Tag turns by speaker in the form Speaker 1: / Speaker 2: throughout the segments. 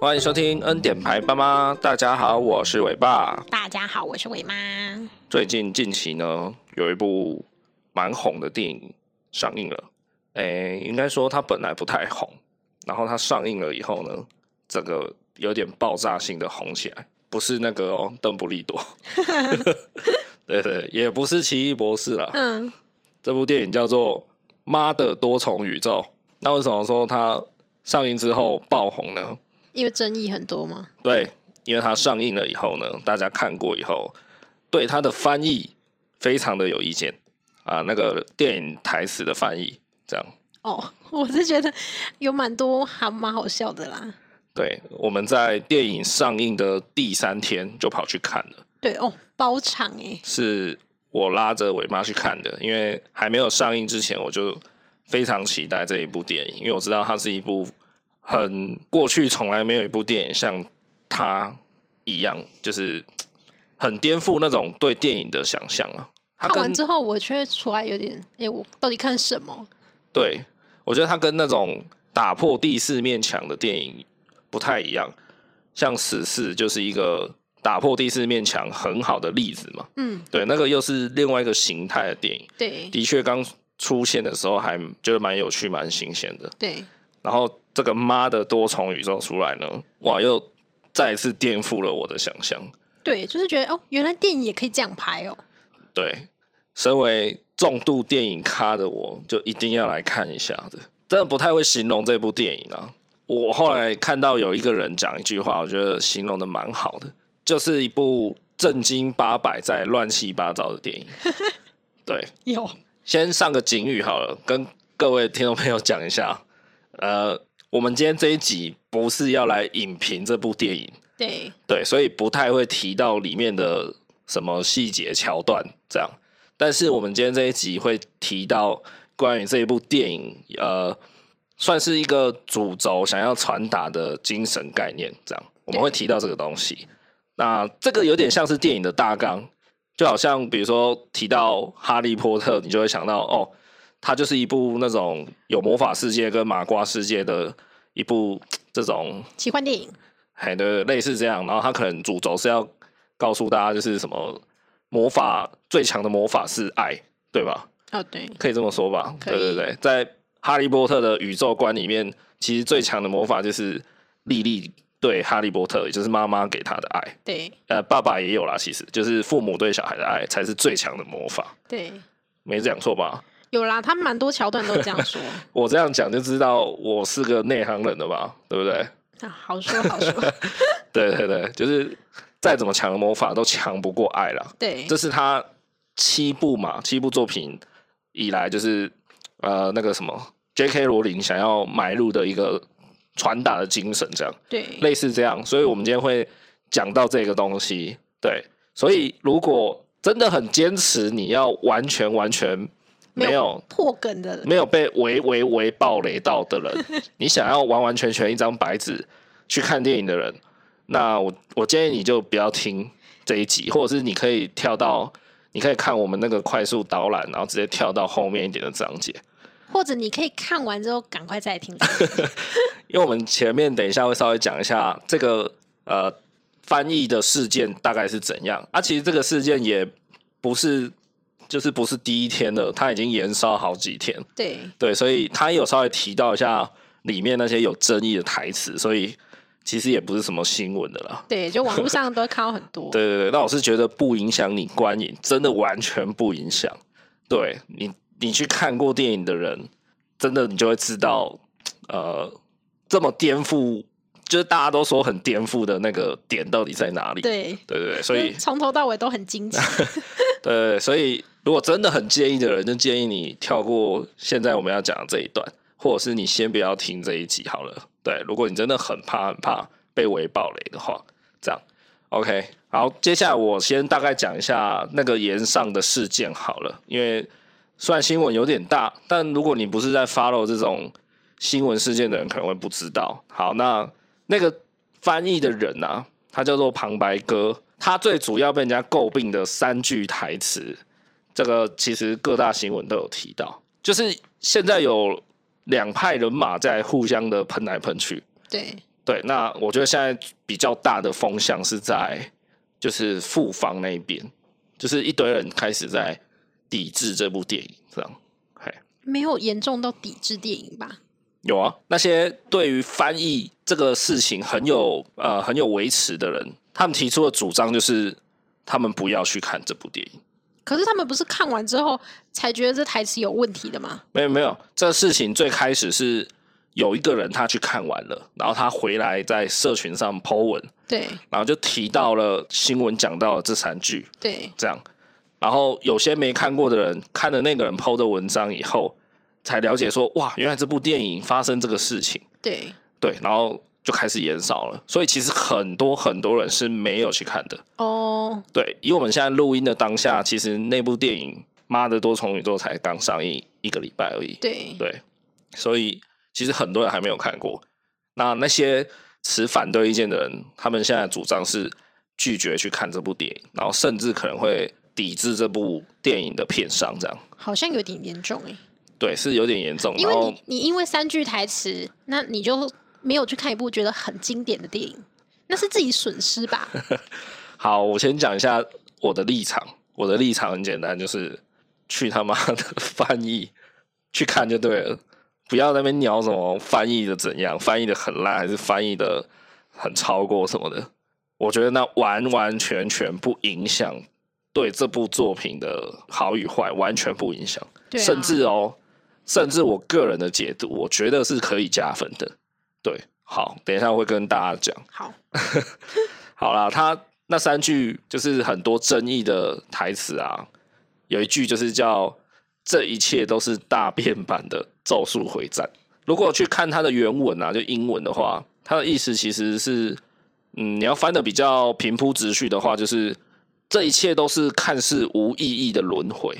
Speaker 1: 欢迎收听恩典牌爸妈，大家好，我是伟爸。
Speaker 2: 大家好，我是伟妈。
Speaker 1: 最近近期呢，有一部蛮红的电影上映了，诶，应该说它本来不太红，然后它上映了以后呢，整个有点爆炸性的红起来，不是那个哦，邓布利多，对对，也不是奇异博士啦，
Speaker 2: 嗯，
Speaker 1: 这部电影叫做《妈的多重宇宙》。那为什么说它上映之后爆红呢？
Speaker 2: 因为争议很多嘛。
Speaker 1: 对，因为它上映了以后呢，大家看过以后，对它的翻译非常的有意见啊，那个电影台词的翻译这样。
Speaker 2: 哦，我是觉得有蛮多还蛮好笑的啦。
Speaker 1: 对，我们在电影上映的第三天就跑去看了，
Speaker 2: 对哦，包场哎、
Speaker 1: 是我拉着伟妈去看的，因为还没有上映之前，我就非常期待这一部电影，因为我知道它是一部很过去从来没有一部电影像它一样，就是很颠覆那种对电影的想象啊。它
Speaker 2: 看
Speaker 1: 跟
Speaker 2: 完之后我却出来有点，哎、我到底看什么？
Speaker 1: 对，我觉得它跟那种打破第四面墙的电影不太一样，像《死侍》就是一个打破第四面墙很好的例子嘛。
Speaker 2: 嗯，
Speaker 1: 对，那个又是另外一个形态的电影，
Speaker 2: 对
Speaker 1: 的确刚出现的时候还觉得蛮有趣、蛮新鲜的。
Speaker 2: 对，
Speaker 1: 然后这个妈的多重宇宙出来呢，哇，又再一次颠覆了我的想象。
Speaker 2: 对，就是觉得哦，原来电影也可以这样拍哦。
Speaker 1: 对，身为重度电影咖的我，就一定要来看一下的。真的不太会形容这部电影啊。我后来看到有一个人讲一句话，我觉得形容的蛮好的，就是一部正经八百在乱七八糟的电影。对，
Speaker 2: 有，
Speaker 1: 先上个警语好了，跟各位听众朋友讲一下，呃，我们今天这一集不是要来影评这部电影，
Speaker 2: 对
Speaker 1: 对，所以不太会提到里面的什么细节桥段这样。但是我们今天这一集会提到关于这一部电影，呃，算是一个主轴想要传达的精神概念，这样我们会提到这个东西。那这个有点像是电影的大纲，就好像比如说提到《哈利波特》，你就会想到哦，它就是一部那种有魔法世界跟麻瓜世界的一部这种
Speaker 2: 奇幻电影，
Speaker 1: 哎，对，类似这样。然后他可能主轴是要告诉大家，就是什么魔法最强的魔法是爱，对吧？
Speaker 2: 哦对，
Speaker 1: 可以这么说吧？
Speaker 2: 可
Speaker 1: 对
Speaker 2: 以
Speaker 1: 对对，在哈利波特的宇宙观里面，其实最强的魔法就是莉莉对哈利波特，也就是妈妈给他的爱。
Speaker 2: 对
Speaker 1: 呃，爸爸也有啦，其实就是父母对小孩的爱才是最强的魔法，
Speaker 2: 对，
Speaker 1: 没讲错吧？
Speaker 2: 有啦，他们蛮多桥段都这样 说
Speaker 1: 我这样讲就知道我是个内行人了吧？对不对？
Speaker 2: 啊，好说好说，
Speaker 1: 对对对，就是再怎么强的魔法都强不过爱啦。
Speaker 2: 对
Speaker 1: 这是他七部嘛，七部作品以来，就是呃那个什么 J.K. 罗琳想要买入的一个传达的精神，这样
Speaker 2: 对
Speaker 1: 类似这样，所以我们今天会讲到这个东西。对，所以如果真的很坚持，你要完全完全没有
Speaker 2: 破梗的人，
Speaker 1: 没有被围围围暴雷到的人，你想要完完全全一张白纸去看电影的人，那我我建议你就不要听这一集，或者是你可以跳到，你可以看我们那个快速导览，然后直接跳到后面一点的章节，
Speaker 2: 或者你可以看完之后赶快再听。
Speaker 1: 因为我们前面等一下会稍微讲一下这个呃翻译的事件大概是怎样。啊，其实这个事件也不是就是不是第一天了，它已经延烧好几天。
Speaker 2: 对
Speaker 1: 对，所以他有稍微提到一下里面那些有争议的台词，所以其实也不是什么新闻的啦。
Speaker 2: 对，就网络上都会看到很多。
Speaker 1: 对对对，那我是觉得不影响你观影，真的完全不影响。对你，你去看过电影的人，真的你就会知道，呃，这么颠覆，就是大家都说很颠覆的那个点到底在哪里？
Speaker 2: 对，
Speaker 1: 对对对，所以
Speaker 2: 就是从头到尾都很惊奇。
Speaker 1: 对，所以如果真的很介意的人，就建议你跳过现在我们要讲的这一段，或者是你先不要听这一集好了。对，如果你真的很怕很怕被围暴雷的话，这样 OK。好，接下来我先大概讲一下那个岩上的事件好了，因为虽然新闻有点大，但如果你不是在 follow 这种新闻事件的人，可能会不知道。好，那那个翻译的人啊，他叫做旁白哥，他最主要被人家诟病的三句台词，这个其实各大新闻都有提到，就是现在有两派人马在互相的喷来喷去。
Speaker 2: 对
Speaker 1: 对，那我觉得现在比较大的风向是在就是复方那一边，就是一堆人开始在抵制这部电影，这样。嘿，
Speaker 2: 没有严重到抵制电影吧？
Speaker 1: 有啊，那些对于翻译这个事情很有呃很有维持的人，他们提出的主张就是他们不要去看这部电影。
Speaker 2: 可是他们不是看完之后才觉得这台词有问题的吗？
Speaker 1: 没有没有，这事情最开始是有一个人他去看完了，然后他回来在社群上 po 文，
Speaker 2: 对
Speaker 1: 然后就提到了新闻讲到了这三句，
Speaker 2: 对，
Speaker 1: 这样。然后有些没看过的人看了那个人 PO 的文章以后，才了解说哇，原来这部电影发生这个事情，
Speaker 2: 对
Speaker 1: 对，然后就开始延烧了。所以其实很多很多人是没有去看的。
Speaker 2: 哦，
Speaker 1: 对，以我们现在录音的当下，其实那部电影《妈的多重宇宙》才刚上映一个礼拜而已。
Speaker 2: 对
Speaker 1: 对，所以其实很多人还没有看过。那那些持反对意见的人，他们现在的主张是拒绝去看这部电影，然后甚至可能会抵制这部电影的片商，这样
Speaker 2: 好像有点严重哎、
Speaker 1: 对是有点严重。
Speaker 2: 因
Speaker 1: 然
Speaker 2: 为
Speaker 1: 后
Speaker 2: 你你因为三句台词，那你就没有去看一部觉得很经典的电影，那是自己损失吧？
Speaker 1: 好，我先讲一下我的立场。我的立场很简单，就是去他妈的翻译去看就对了， 不要在那边聊什么翻译的怎样，翻译的很烂还是翻译的很超过什么的。我觉得那完完全全不影响对这部作品的好与坏，完全不影响。
Speaker 2: 对啊
Speaker 1: 甚至哦，甚至我个人的解读，我觉得是可以加分的。对，好，等一下我会跟大家讲。
Speaker 2: 好，
Speaker 1: 好啦，他那三句就是很多争议的台词啊，有一句就是叫“这一切都是大变版的咒术回战”。如果去看它的原文啊，就英文的话，它的意思其实是，嗯，你要翻的比较平铺直叙的话，就是这一切都是看似无意义的轮回。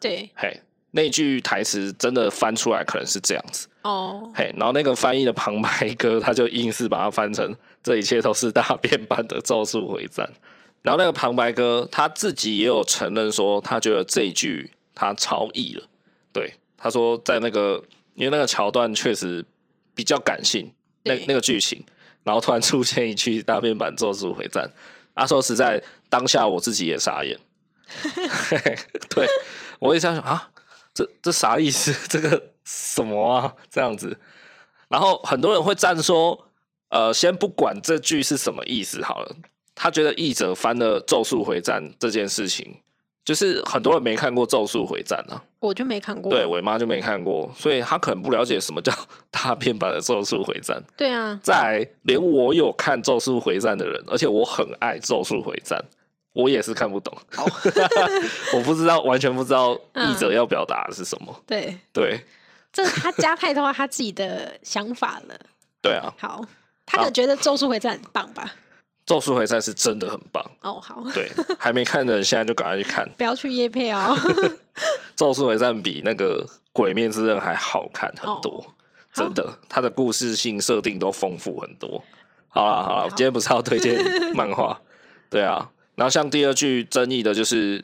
Speaker 2: 对
Speaker 1: 嘿，那句台词真的翻出来可能是这样子。
Speaker 2: 哦，
Speaker 1: 嘿，然后那个翻译的旁白哥他就硬是把它翻成“这一切都是大变版的咒术回战”。然后那个旁白哥他自己也有承认说，他觉得这一句他超译了。对，他说在那个因为那个桥段确实比较感性，那
Speaker 2: 对
Speaker 1: 那个剧情，然后突然出现一句大变版咒术回战，他说实在当下我自己也傻眼。 对，我也想想啊，这这啥意思？ 这个什么啊？这样子，然后很多人会站说，呃，先不管这句是什么意思好了，他觉得译者翻了《咒术回战》这件事情，就是很多人没看过《咒术回战》啊，
Speaker 2: 我就没看过。
Speaker 1: 对我妈就没看过，所以她可能不了解什么叫 大片版的《咒术回战》。
Speaker 2: 对啊，
Speaker 1: 再来，连我有看《咒术回战》的人，而且我很爱《咒术回战》，我也是看不懂， 我不知道，完全不知道译者要表达的是什么。
Speaker 2: 对，
Speaker 1: 对，
Speaker 2: 这他加太多他自己的想法了。
Speaker 1: 对啊，
Speaker 2: 好，他可能觉得《咒术回战》很棒吧？
Speaker 1: 《咒术回战》是真的很棒。
Speaker 2: 哦，好，
Speaker 1: 对，还没看的人现在就赶快去看，《
Speaker 2: 不要去夜配哦。
Speaker 1: 咒术回战》比那个《鬼灭之刃》还好看很多，真的，它的故事性设定都丰富很多。好啦好啦，我今天不是要推荐漫画，对啊。然后像第二句争议的就是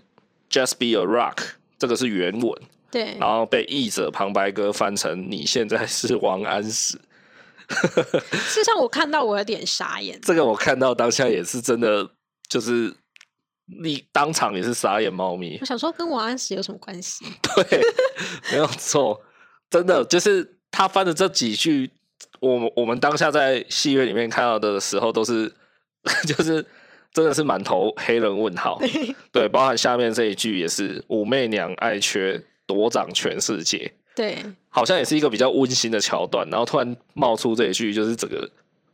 Speaker 1: “Just be a rock”，这个是原文，
Speaker 2: 对
Speaker 1: 然，后被译者旁白哥翻成“你现在是王安石”，
Speaker 2: 事实上我看到我有点傻眼。
Speaker 1: 这个我看到当下也是真的，就是你当场也是傻眼猫咪
Speaker 2: 我。想说，跟王安石有什么关 系？
Speaker 1: 对，没有错，真的就是他翻的这几句，我们我们当下在戏院里面看到的时候，都是 就是真的是满头黑人问号。对，包含下面这一句也是“武媚娘爱缺夺掌全世界
Speaker 2: 对，”，
Speaker 1: 好像也是一个比较温馨的桥段，然后突然冒出这一句，就是整个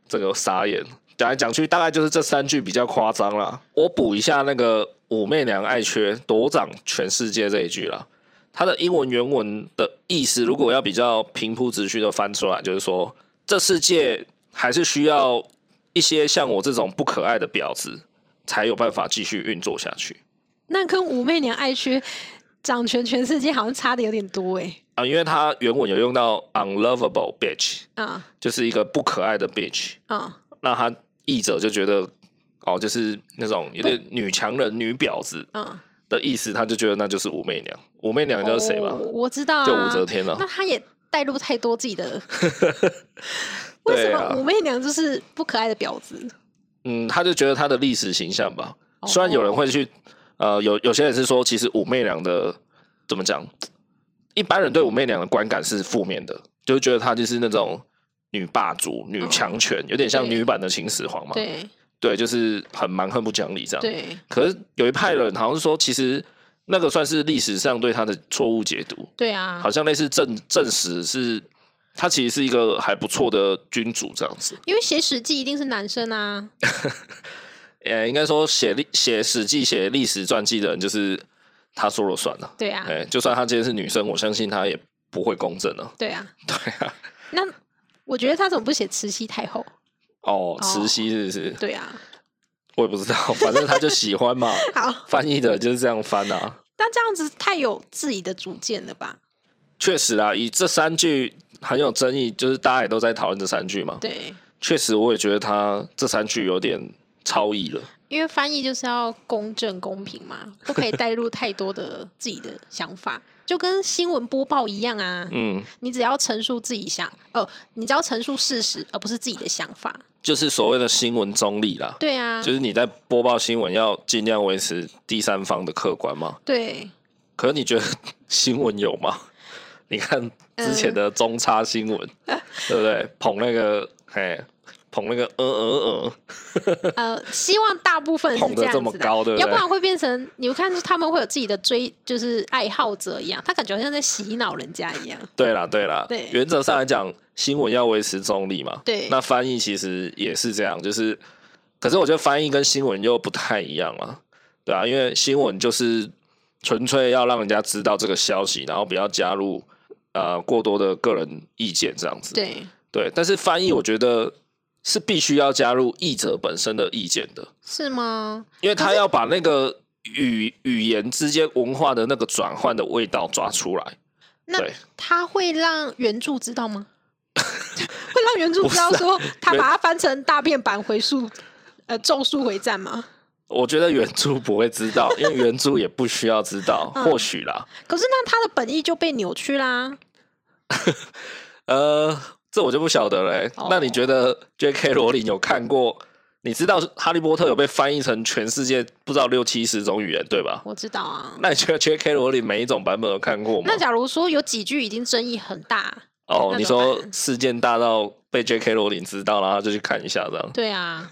Speaker 1: 整个傻眼。讲来讲去，大概就是这三句比较夸张啦。我补一下那个“武媚娘爱缺夺掌全世界”这一句啦。它的英文原文的意思，如果要比较平铺直叙的翻出来，就是说，这世界还是需要一些像我这种不可爱的婊子，才有办法继续运作下去
Speaker 2: 那跟武媚娘爱区掌权全世界好像差的有点多哎。
Speaker 1: 啊。因为它原文有用到 unlovable bitch，
Speaker 2: 啊
Speaker 1: 就是一个不可爱的 bitch。
Speaker 2: 啊，
Speaker 1: 那他译者就觉得，哦，就是那种有点女强人、女婊子
Speaker 2: 嗯，
Speaker 1: 的意思，他就觉得那就是武媚娘。武媚娘
Speaker 2: 你
Speaker 1: 你知道是谁吗？
Speaker 2: 哦我知道啊，
Speaker 1: 就武则天了、
Speaker 2: 那他也带入太多自己的，为什
Speaker 1: 对
Speaker 2: 么
Speaker 1: 啊
Speaker 2: 武媚娘就是不可爱的婊子？哦
Speaker 1: 嗯，他就觉得他的历史形象吧。虽然有人会去，呃，有有些人是说，其实武媚娘的怎么讲，一般人对武媚娘的观感是负面的，就是觉得她就是那种女霸主、女强权，有点像
Speaker 2: 对
Speaker 1: 女版的秦始皇嘛。
Speaker 2: 对
Speaker 1: 对，就是很蛮横不讲理这样。
Speaker 2: 对
Speaker 1: 可是有一派人好像是说，其实那个算是历史上对她的错误解读，
Speaker 2: 对啊
Speaker 1: 好，像类似证证实是她其实是一个还不错的君主这样子。
Speaker 2: 因为写《史记》一定是男生啊，
Speaker 1: 呃，应该说写历写史记、写历史传记的人，就是他说了算了。
Speaker 2: 对啊，
Speaker 1: 哎、就算他今天是女生，我相信他也不会公正了。
Speaker 2: 对啊。
Speaker 1: 对啊，
Speaker 2: 那我觉得他怎么不写慈禧太后？
Speaker 1: 哦，
Speaker 2: 哦
Speaker 1: 慈禧是不是？
Speaker 2: 对啊，
Speaker 1: 我也不知道，反正他就喜欢 嘛。
Speaker 2: 好，
Speaker 1: 翻译的就是这样翻啊。
Speaker 2: 那这样子太有自己的主见了吧？
Speaker 1: 确实啦，以这三句很有争议，就是大家也都在讨论这三句嘛。
Speaker 2: 对，
Speaker 1: 确实，我也觉得他这三句有点超意了。
Speaker 2: 因为翻译就是要公正公平嘛，不可以带入太多的自己的想法，就跟新闻播报一样啊。
Speaker 1: 嗯，
Speaker 2: 你只要陈述自己想，哦，你只要陈述事实，而不是自己的想法。
Speaker 1: 就是所谓的新闻中立啦，
Speaker 2: 对啊，
Speaker 1: 就是你在播报新闻要尽量维持第三方的客观嘛。
Speaker 2: 对，
Speaker 1: 可是你觉得 新闻有吗？你看
Speaker 2: 呃
Speaker 1: 之前的中差新 闻，对不对？捧那个，哎，捧那个，呃呃
Speaker 2: 呃，希望大部分
Speaker 1: 捧
Speaker 2: 是
Speaker 1: 得
Speaker 2: 样
Speaker 1: 这
Speaker 2: 子
Speaker 1: 么
Speaker 2: 的，
Speaker 1: 高对不对
Speaker 2: 要不然会变成你们看他们会有自己的追，就是爱好者一样，他感觉好像在洗脑人家一样。
Speaker 1: 呃，对啦对啦，
Speaker 2: 对
Speaker 1: 原则上来讲，新闻要维持中立嘛。
Speaker 2: 对
Speaker 1: 那翻译其实也是这样，就是，可是我觉得翻译跟新闻又不太一样啊，对啊，因为新闻就是纯粹要让人家知道这个消息，然后不要加入呃过多的个人意见这样子。
Speaker 2: 对，
Speaker 1: 对，但是翻译我觉得是必须要加入译者本身的意见的，
Speaker 2: 是吗？
Speaker 1: 因为他要把那个语语言之间文化的那个转换的味道抓出来。
Speaker 2: 那
Speaker 1: 对
Speaker 2: 他会让原著知道 吗？会让原著知道
Speaker 1: 不是啊
Speaker 2: 说他
Speaker 1: 原
Speaker 2: 把它翻成大变版回溯，呃，咒术回战吗？
Speaker 1: 我觉得原著不会知道，因为原著也不需要知道，
Speaker 2: 嗯
Speaker 1: 或许啦，
Speaker 2: 可是那他的本意就被扭曲啦。
Speaker 1: 呃，这我就不晓得了欸、
Speaker 2: 哦
Speaker 1: 那你觉得 J.K. 罗琳有看过？你知道《哈利波特》有被翻译成全世界不知道六七十种语言，对吧？
Speaker 2: 我知道啊。
Speaker 1: 那你觉得 J.K. 罗琳每一种版本有看过吗
Speaker 2: 那？假如说有几句已经争议很大，
Speaker 1: 哦，
Speaker 2: 那
Speaker 1: 你
Speaker 2: 怎么
Speaker 1: 说
Speaker 2: 办
Speaker 1: 事件大到被 J.K. 罗琳知道，然后他就去看一下这样？
Speaker 2: 对 啊，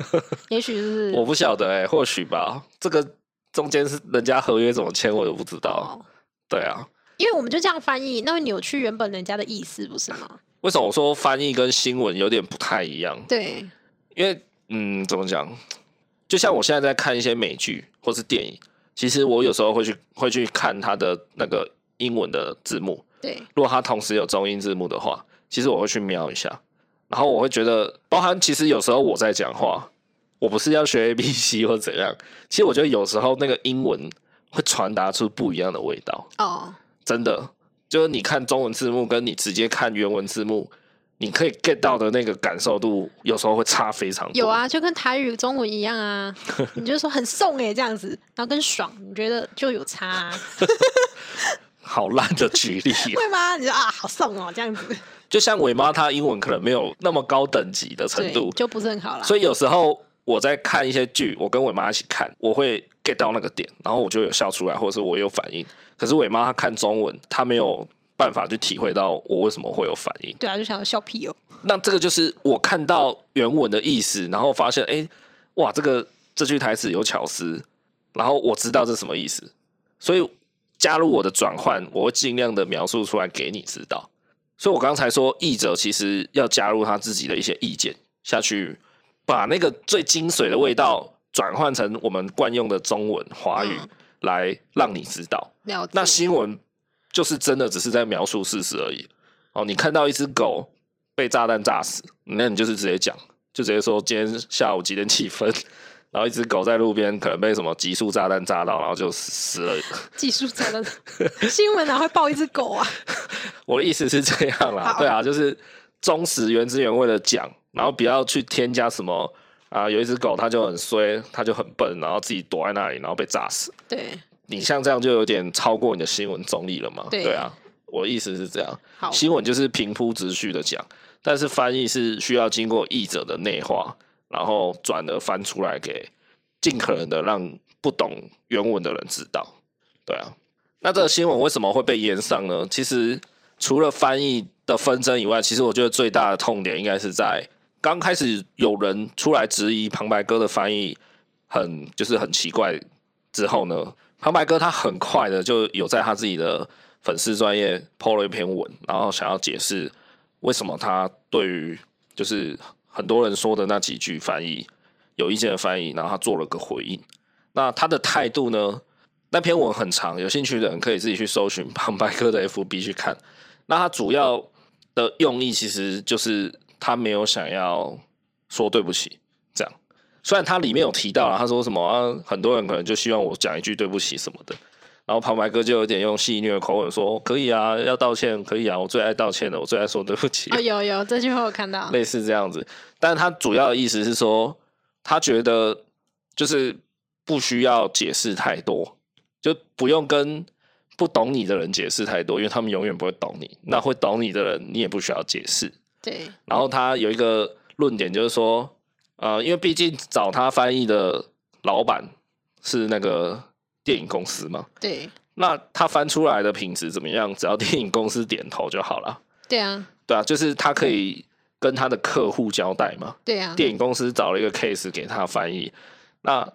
Speaker 2: 也许
Speaker 1: 我
Speaker 2: 是
Speaker 1: 不晓得哎、或许吧。这个中间是人家合约怎么签，我也不知道。
Speaker 2: 哦，
Speaker 1: 对啊，
Speaker 2: 因为我们就这样翻译，那会扭曲原本人家的意思，不是吗？
Speaker 1: 为什么我说翻译跟新闻有点不太一样？
Speaker 2: 对，
Speaker 1: 因为嗯，怎么讲？就像我现在在看一些美剧或是电影，其实我有时候会去会去看它的那个英文的字幕，
Speaker 2: 对，
Speaker 1: 如果它同时有中英字幕的话，其实我会去瞄一下，然后我会觉得，包含其实有时候我在讲话，我不是要学 A B C 或怎样，其实我觉得有时候那个英文会传达出不一样的味道，
Speaker 2: 哦，
Speaker 1: 真的，就是你看中文字幕跟你直接看原文字幕，你可以 get 到的那个感受度，有时候会差非常多。
Speaker 2: 有，啊，就跟台语、中文一样啊，你就说很送哎、这样子，然后跟爽，你觉得就有差、 啊，
Speaker 1: 好烂的举例、啊，
Speaker 2: 会吗？你说啊，好送哦，这样子，
Speaker 1: 就像伟妈她英文可能没有那么高等级的程
Speaker 2: 对
Speaker 1: 度，，
Speaker 2: 就不是很好啦。
Speaker 1: 所以有时候我在看一些剧，我跟伟妈一起看，我会 get 到那个点，然后我就有笑出来，或者是我有反应。可是伟妈她看中文，她没有办法去体会到我为什么会有反应。
Speaker 2: 对啊，就想要笑屁哦。
Speaker 1: 那这个就是我看到原文的意思，然后发现，哎、哇，这个这句台词有巧思，然后我知道这是什么意思，所以加入我的转换，我会尽量的描述出来给你知道。所以我刚才说，译者其实要加入他自己的一些意见下去，把那个最精髓的味道转换成我们惯用的中文华语，
Speaker 2: 嗯
Speaker 1: 来让你知道。
Speaker 2: 了解。
Speaker 1: 那新闻就是真的只是在描述事实而已。哦，你看到一只狗被炸弹炸死，那你就是直接讲，就直接说今天下午几点几分， 然后一只狗在路边可能被什么急速炸弹炸到，然后就死死了。
Speaker 2: 技术真的新闻哪会报一只狗啊？
Speaker 1: 我的意思是这样啦，
Speaker 2: 好
Speaker 1: 对啊，就是忠实原汁原味的讲，然后不要去添加什么啊，有一只狗它就很衰，它就很笨，然后自己躲在那里，然后被炸死。
Speaker 2: 对，
Speaker 1: 你像这样就有点超过你的新闻中立了嘛？
Speaker 2: 对
Speaker 1: 对啊，我的意思是这样，
Speaker 2: 好，
Speaker 1: 新闻就是平铺直叙的讲，但是翻译是需要经过译者的内化，然后转而翻出来给尽可能的让不懂原文的人知道。对啊，那这个新闻为什么会被淹上呢？其实除了翻译的纷争以外，其实我觉得最大的痛点应该是在刚开始有人出来质疑旁白哥的翻译很就是很奇怪之后呢，旁白哥他很快的就有在他自己的粉丝专业 PO 了一篇文，然后想要解释为什么他对于就是很多人说的那几句翻译有意见的翻译，然后他做了个回应。那他的态度呢？那篇文很长，有兴趣的人可以自己去搜寻旁白哥的 FB 去看。那他主要的用意其实就是他没有想要说对不起，这样。虽然他里面有提到了，他说什么啊，很多人可能就希望我讲一句对不起什么的。然后旁白哥就有点用戏谑的口吻说：“可以啊，要道歉可以啊，我最爱道歉的，我最爱说对不起。
Speaker 2: 哦，有有这句话我看到，
Speaker 1: 类似这样子。但他主要的意思是说，他觉得就是不需要解释太多，就不用跟不懂你的人解释太多，因为他们永远不会懂你。那会懂你的人，你也不需要解释。
Speaker 2: 对，
Speaker 1: 然后他有一个论点就是说，呃，因为毕竟找他翻译的老板是那个电影公司嘛，
Speaker 2: 对，
Speaker 1: 那他翻出来的品质怎么样？只要电影公司点头就好了。
Speaker 2: 对啊，
Speaker 1: 对啊，就是他可以跟他的客户交代嘛。
Speaker 2: 对啊，
Speaker 1: 电影公司找了一个 case 给他翻译，那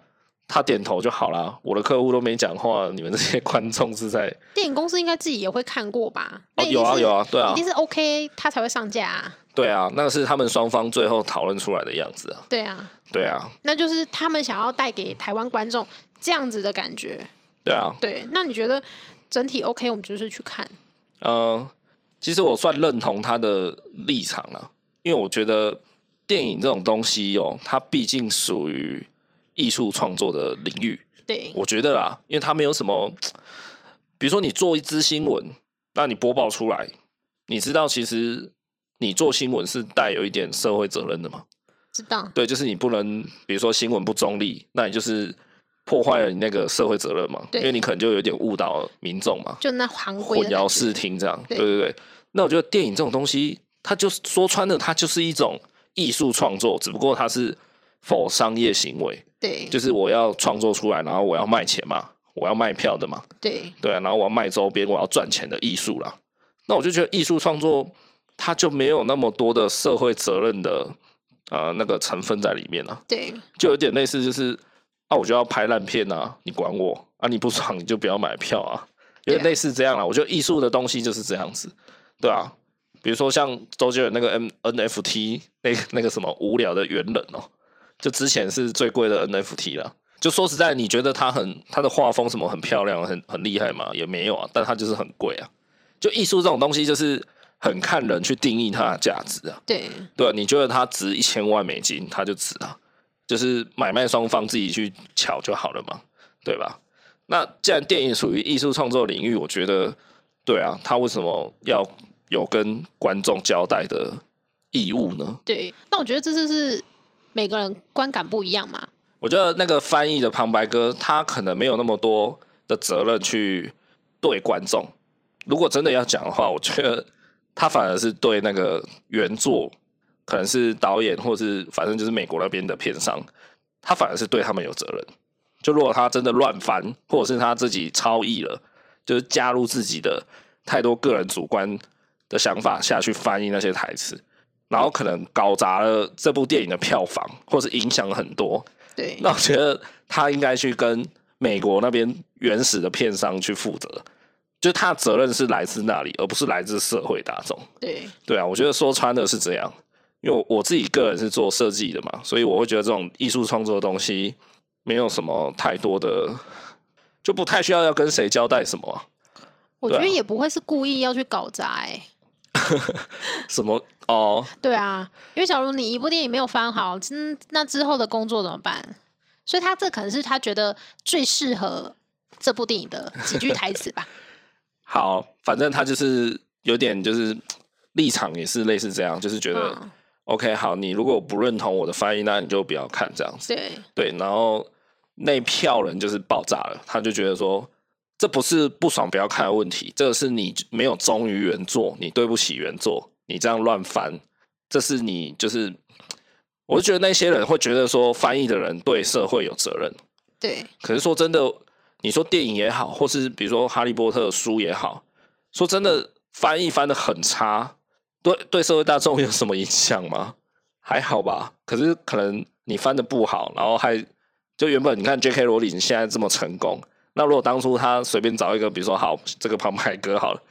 Speaker 1: 他点头就好啦。我的客户都没讲话，你们这些观众是在
Speaker 2: 电影公司应该自己也会看过吧？
Speaker 1: 哦
Speaker 2: 那一定
Speaker 1: 有啊
Speaker 2: 是
Speaker 1: 有，啊，对啊
Speaker 2: 一定是 OK，他才会上架啊。
Speaker 1: 对啊，那是他们双方最后讨论出来的样子啊，
Speaker 2: 对啊，
Speaker 1: 对啊
Speaker 2: 那就是他们想要带给台湾观众这样子的感觉。
Speaker 1: 对啊，
Speaker 2: 对，那你觉得整体 OK，我们就是去看。
Speaker 1: 呃，其实我算认同他的立场了，因为我觉得电影这种东西哦，它毕竟属于艺术创作的领域，
Speaker 2: 对，
Speaker 1: 我觉得啦，因为它没有什么，比如说你做一支新闻，那你播报出来，你知道其实你做新闻是带有一点社会责任的嘛？
Speaker 2: 知道。
Speaker 1: 对，就是你不能，比如说新闻不中立，那你就是破坏了你那个社会责任嘛，
Speaker 2: 对
Speaker 1: 因为你可能就有点误导民众嘛，
Speaker 2: 就那行规
Speaker 1: 混
Speaker 2: 的
Speaker 1: 淆
Speaker 2: 感
Speaker 1: 视
Speaker 2: 觉，
Speaker 1: 听这样。
Speaker 2: 对
Speaker 1: 对对对，那我觉得电影这种东西，它就是说穿了，它就是一种艺术创作，只不过它是否商业行为。
Speaker 2: 对
Speaker 1: 就是我要创作出来，然后我要卖钱嘛，我要卖票的嘛，
Speaker 2: 对
Speaker 1: 对啊、然后我要卖周边，我要赚钱的艺术啦。那我就觉得艺术创作它就没有那么多的社会责任的呃那个成分在里面了、啊
Speaker 2: 对
Speaker 1: 就有点类似就是啊，我就要拍烂片啊，你管我啊，你不爽你就不要买票啊，有点
Speaker 2: 对啊
Speaker 1: 类似这样啦。我觉得艺术的东西就是这样子，对啊。比如说像周杰伦那个 N NFT 那那个什么无聊的猿人哦、就之前是最贵的 NFT 啦。就说实在，你觉得他很他的画风什么很漂亮、很很厉害吗？也没有啊，但他就是很贵啊。就艺术这种东西，就是很看人去定义它的价值啊。
Speaker 2: 对
Speaker 1: 对，你觉得它值一千万美金，它就值啊，就是买卖双方自己去瞧就好了嘛，对吧？那既然电影属于艺术创作领域，我觉得对啊，他为什么要有跟观众交代的义务呢？
Speaker 2: 对。那我觉得这就是每个人观感不一样嘛。
Speaker 1: 我觉得那个翻译的旁白哥，他可能没有那么多的责任去对观众。如果真的要讲的话，我觉得他反而是对那个原作，可能是导演或是反正就是美国那边的片商，他反而是对他们有责任。就如果他真的乱翻，或者是他自己超译了，就是加入自己的太多个人主观的想法下去翻译那些台词，然后可能搞砸了这部电影的票房，或是影响很多，
Speaker 2: 对
Speaker 1: 那我觉得他应该去跟美国那边原始的片商去负责，就是他的责任是来自那里，而不是来自社会大众。
Speaker 2: 对
Speaker 1: 对啊，我觉得说穿了是这样，因为我我自己个人是做设计的嘛，所以我会觉得这种艺术创作的东西没有什么太多的，就不太需要要跟谁交代什么啊、
Speaker 2: 我
Speaker 1: 对
Speaker 2: 觉
Speaker 1: 啊
Speaker 2: 得也不会是故意要去搞砸哎、
Speaker 1: 什么哦，
Speaker 2: 对啊，因为假如你一部电影没有翻好，嗯，那之后的工作怎么办？所以他这可能是他觉得最适合这部电影的几句台词 吧。
Speaker 1: 好，反正他就是有点就是立场也是类似这样，就是觉得、
Speaker 2: 嗯，
Speaker 1: OK 好，你如果不认同我的翻译，那你就不要看这样子。
Speaker 2: 对
Speaker 1: 对，然后那票人就是爆炸了，他就觉得说这不是不爽不要看的问题，这个是你没有忠于原作，你对不起原作，你这样乱翻，这是你就是，我就觉得那些人会觉得说翻译的人对社会有责任，
Speaker 2: 对，
Speaker 1: 可是说真的，你说电影也好，或是比如说《哈利波特》书也好，说真的，翻译翻的很差，对对社会大众有什么影响吗？还好吧。可是可能你翻的不好，然后还就原本你看 J.K. 罗琳现在这么成功，那如果当初他随便找一个，比如说好这个旁白哥好了，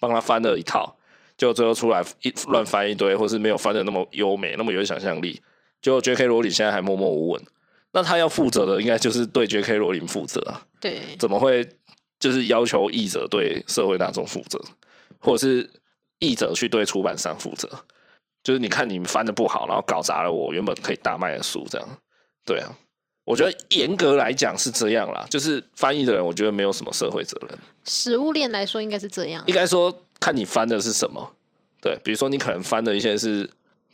Speaker 1: 帮他翻了一套，就最后出来一乱翻一堆，或是没有翻的那么优美，那么有想象力，结果 J.K. 罗琳现在还默默无闻。那他要负责的应该就是对 J.K. 罗琳负责啊，
Speaker 2: 对，
Speaker 1: 怎么会就是要求译者对社会大众负责，或者是译者去对出版商负责？就是你看你们翻的不好，然后搞砸了我原本可以大卖的书，这样对啊。我觉得严格来讲是这样啦，就是翻译的人，我觉得没有什么社会责任。
Speaker 2: 食物链来说应该是这样
Speaker 1: 应。该说看你翻的是什么。对，比如说你可能翻的一些是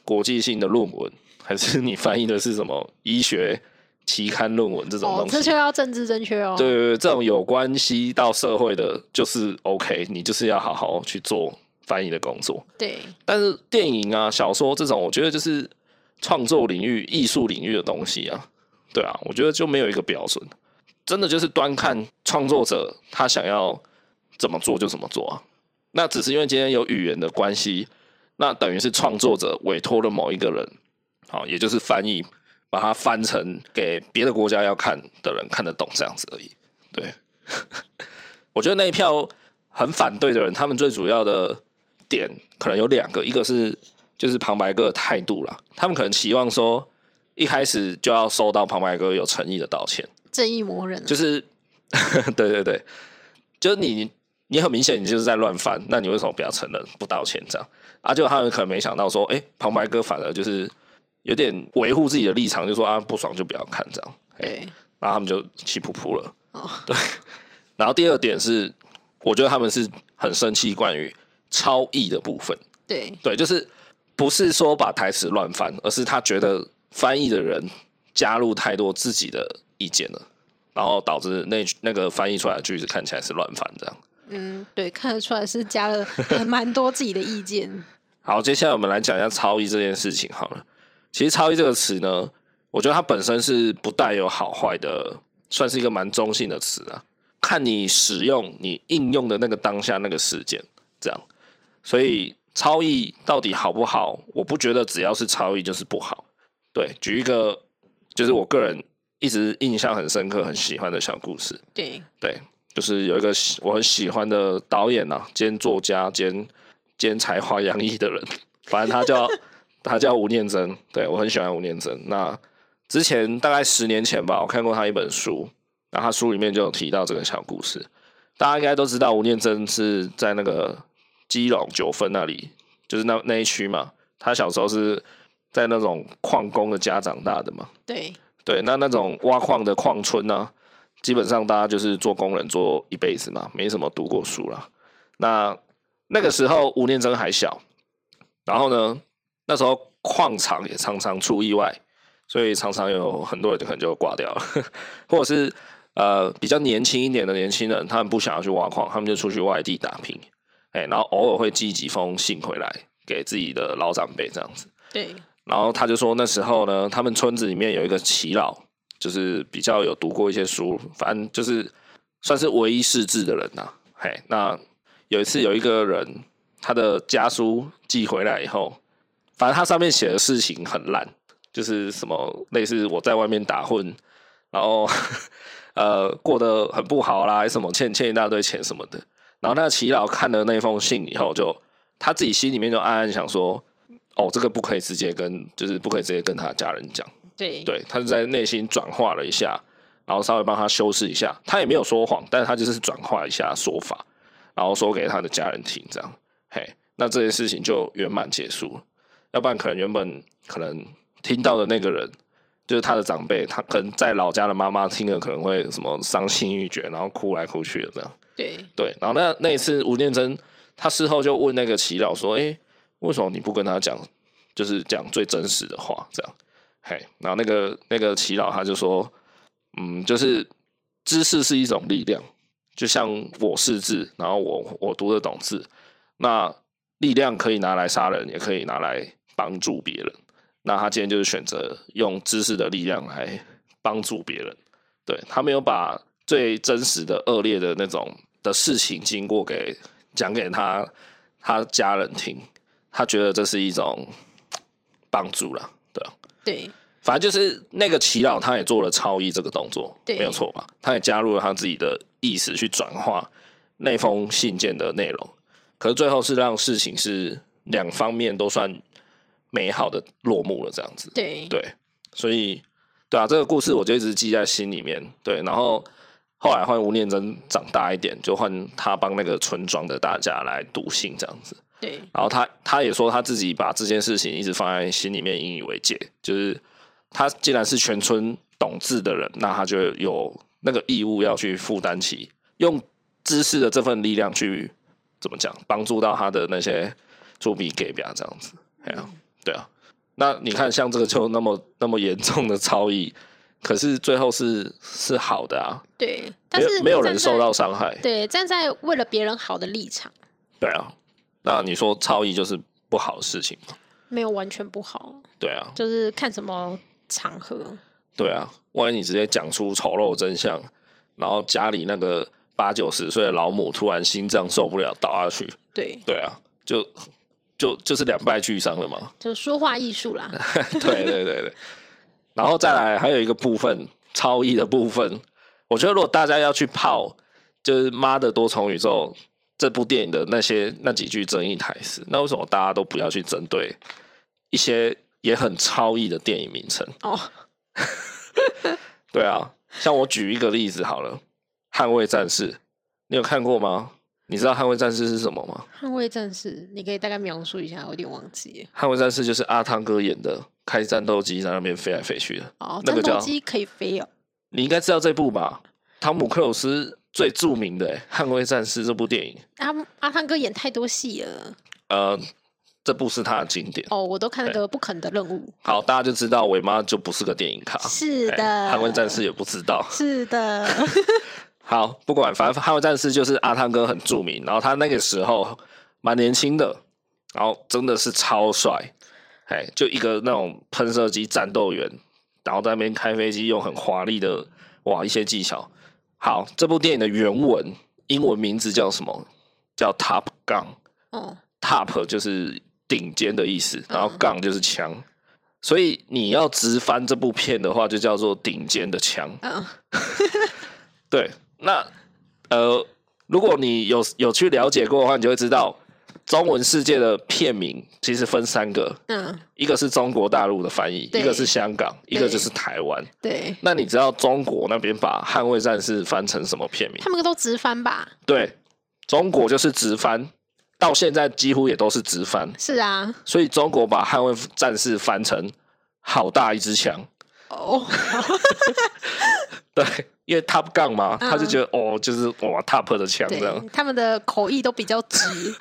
Speaker 1: 国际性的论文，还是你翻译的是什么医学期刊论文这种
Speaker 2: 哦
Speaker 1: 东，
Speaker 2: 这
Speaker 1: 西。
Speaker 2: 就要政治正确哦。
Speaker 1: 对，对对，这种有关系到社会的，就是 OK，你就是要好好去做翻译的工作。
Speaker 2: 对
Speaker 1: 但是电影啊、小说这种，我觉得就是创作领域、艺术领域的东西啊，对啊，我觉得就没有一个标准，真的就是端看创作者他想要怎么做就怎么做啊。那只是因为今天有语言的关系，那等于是创作者委托了某一个人，好，也就是翻译，把它翻成给别的国家要看的人看得懂这样子而已。对， 我觉得那一票很反对的人，他们最主要的点可能有两个，一个是就是旁白哥的态度啦，他们可能期望说一开始就要收到旁白哥有诚意的道歉，
Speaker 2: 正义魔人啊
Speaker 1: 就是 对对对，就是你你很明显你就是在乱翻，那你为什么不要承认不道歉这样？啊，就他们可能没想到说，哎、旁白哥反而就是有点维护自己的立场，就说啊不爽就不要看这样，
Speaker 2: 对
Speaker 1: 然后他们就气噗噗了。
Speaker 2: 哦
Speaker 1: 然后第二点是，我觉得他们是很生气关于超译的部分。
Speaker 2: 对
Speaker 1: 对，就是不是说把台词乱翻，而是他觉得翻译的人加入太多自己的意见了，然后导致那那个翻译出来的句子看起来是乱翻这样。
Speaker 2: 嗯对，看得出来是 加了还蛮多自己的意见。
Speaker 1: 好，接下来我们来讲一下超译这件事情好了。其实“超译”这个词呢，我觉得它本身是不带有好坏的，算是一个蛮中性的词啊。看你使用、你应用的那个当下那个事件，这样。所以超译到底好不好？我不觉得只要是超译就是不好。对，举一个就是我个人一直印象很深刻、很喜欢的小故事。
Speaker 2: 对
Speaker 1: 对，就是有一个喜我很喜欢的导演啊，兼作家兼兼才华洋溢的人， 反正他叫他叫吴念真，对我很喜欢吴念真。那之前大概十年前吧，我看过他一本书，那他书里面就有提到这个小故事。大家应该都知道，吴念真是在那个基隆九份那里，就是那那一区嘛。他小时候是在那种矿工的家长大的嘛，
Speaker 2: 对
Speaker 1: 对，那那种挖矿的矿村呢、基本上大家就是做工人做一辈子嘛，没什么读过书啦。那那个时候吴念真还小，然后呢，那时候矿场也常常出意外，所以常常有很多人就可能就挂掉了， 或者是呃比较年轻一点的年轻人，他们不想要去挖矿，他们就出去外地打拼，哎、然后偶尔会寄几封信回来给自己的老长辈这样子。
Speaker 2: 对
Speaker 1: 然后他就说那时候呢，他们村子里面有一个耆老，就是比较有读过一些书，反正就是算是唯一识字的人呐、啊嘿，那有一次有一个人，他的家书寄回来以后，反正他上面写的事情很烂，就是什么类似我在外面打混，然后 呃过得很不好啦，还什么欠欠一大堆钱什么的。然后那个耆老看了那封信以后就，他自己心里面就暗暗想说。哦，这个不可以直接跟，就是不可以直接跟他家人讲。
Speaker 2: 对
Speaker 1: 对，他就在内心转化了一下，然后稍微帮他修饰一下。他也没有说谎，但是他就是转化一下说法，然后说给他的家人听，这样。嘿，那这件事情就圆满结束了。要不然可能原本可能听到的那个人，就是他的长辈，他可能在老家的妈妈听了可能会什么伤心欲绝，然后哭来哭去的这样。
Speaker 2: 对
Speaker 1: 对，然后那那一次吴念真，他事后就问那个祈老说：“诶，为什么你不跟他讲，就是讲最真实的话？”这样，嘿，然后那个那个祈老他就说：“嗯，就是知识是一种力量，就像我识字，然后我我读得懂字，那力量可以拿来杀人，也可以拿来帮助别人。那他今天就是选择用知识的力量来帮助别人，对他没有把最真实的恶劣的那种的事情经过给讲给他他家人听，他觉得这是一种帮助了，对啊
Speaker 2: 对
Speaker 1: 反正就是那个祈祷，他也做了超译这个动作，
Speaker 2: 对
Speaker 1: 没有错吧？他也加入了他自己的意识去转化那封信件的内容，可是最后是让事情是两方面都算美好的落幕了，这样子。
Speaker 2: 对
Speaker 1: 对，所以对啊，这个故事我就一直记在心里面。对，然后后来换吴念真长大一点，就换他帮那个村庄的大家来读信这样子。
Speaker 2: 对
Speaker 1: 然后他他也说他自己把这件事情一直放在心里面，引以为戒。就是他既然是全村懂字的人，那他就有那个义务要去负担起用知识的这份力量去怎么讲，帮助到他的那些做笔给表这样子。哎呀、
Speaker 2: 嗯
Speaker 1: 对啊。那你看，像这个就那么那么严重的超译，可是最后是是好的啊，
Speaker 2: 对，但
Speaker 1: 没
Speaker 2: 是
Speaker 1: 有没有
Speaker 2: 站
Speaker 1: 人
Speaker 2: 在
Speaker 1: 受到伤害。
Speaker 2: 对站在为了别人好的立场，
Speaker 1: 对啊，那你说超译就是不好的事情吗？
Speaker 2: 没有完全不好，
Speaker 1: 对啊，
Speaker 2: 就是看什么场合。
Speaker 1: 对啊，万一你直接讲出丑陋的真相，然后家里那个八九十岁的老母突然心脏受不了倒下去，
Speaker 2: 对，
Speaker 1: 对啊，就就就是两败俱伤了嘛。
Speaker 2: 就是说话艺术啦。
Speaker 1: 对对对对，然后再来还有一个部分超译的部分，我觉得如果大家要去泡就是《妈的多重宇宙》这部电影的那些那几句争议台词，那为什么大家都不要去针对一些也很超译的电影名称？
Speaker 2: 哦，
Speaker 1: 对啊，像我举一个例子好了，《捍卫战士》，你有看过吗？你知道《捍卫战士》是什么吗？
Speaker 2: 捍卫战士，你可以大概描述一下，我有点忘记了。
Speaker 1: 《捍卫战士》就是阿汤哥演的，开战斗机在那边飞来飞去的。
Speaker 2: 哦，
Speaker 1: 那
Speaker 2: 战
Speaker 1: 个
Speaker 2: 斗
Speaker 1: 叫
Speaker 2: 机可以飞哦。
Speaker 1: 你应该知道这部吧？汤姆克鲁斯最著名的欸《捍卫战士》这部电影，
Speaker 2: 阿阿汤哥演太多戏了。
Speaker 1: 呃，这部是他的经典。
Speaker 2: 哦，我都看那个不可能的任务。
Speaker 1: 好，大家就知道伟妈就不是个电影咖，
Speaker 2: 是
Speaker 1: 欸
Speaker 2: 的，
Speaker 1: 捍卫战士》也不知道。
Speaker 2: 是的，
Speaker 1: 好，不管，反正《捍卫战士》就是阿汤哥很著名，然后他那个时候蛮年轻的，然后真的是超帅，哎，就一个那种喷射机战斗员，然后在那边开飞机，用很华丽的哇一些技巧。好，这部电影的原文英文名字叫什么？叫 Top Gun，Top
Speaker 2: 哦，
Speaker 1: 就是顶尖的意思，然后
Speaker 2: 嗯
Speaker 1: Gun 就是枪，所以你要直翻这部片的话，就叫做顶尖的枪。
Speaker 2: 嗯，
Speaker 1: 对，那呃，如果你有有去了解过的话，你就会知道，中文世界的片名其实分三个，
Speaker 2: 嗯，
Speaker 1: 一个是中国大陆的翻译，
Speaker 2: 对
Speaker 1: 一个是香港，一个就是台湾。
Speaker 2: 对，
Speaker 1: 那你知道中国那边把《捍卫战士》翻成什么片名？
Speaker 2: 他们都直翻吧？
Speaker 1: 对，中国就是直翻，到现在几乎也都是直翻，
Speaker 2: 是啊，
Speaker 1: 所以中国把《捍卫战士》翻成“好大一支枪”。
Speaker 2: 哦，
Speaker 1: 对，因为 Top Gun 嘛，
Speaker 2: 嗯
Speaker 1: 他就觉得、哦，就是哇 Top 的枪这样
Speaker 2: 对。，他们的口译都比较 直，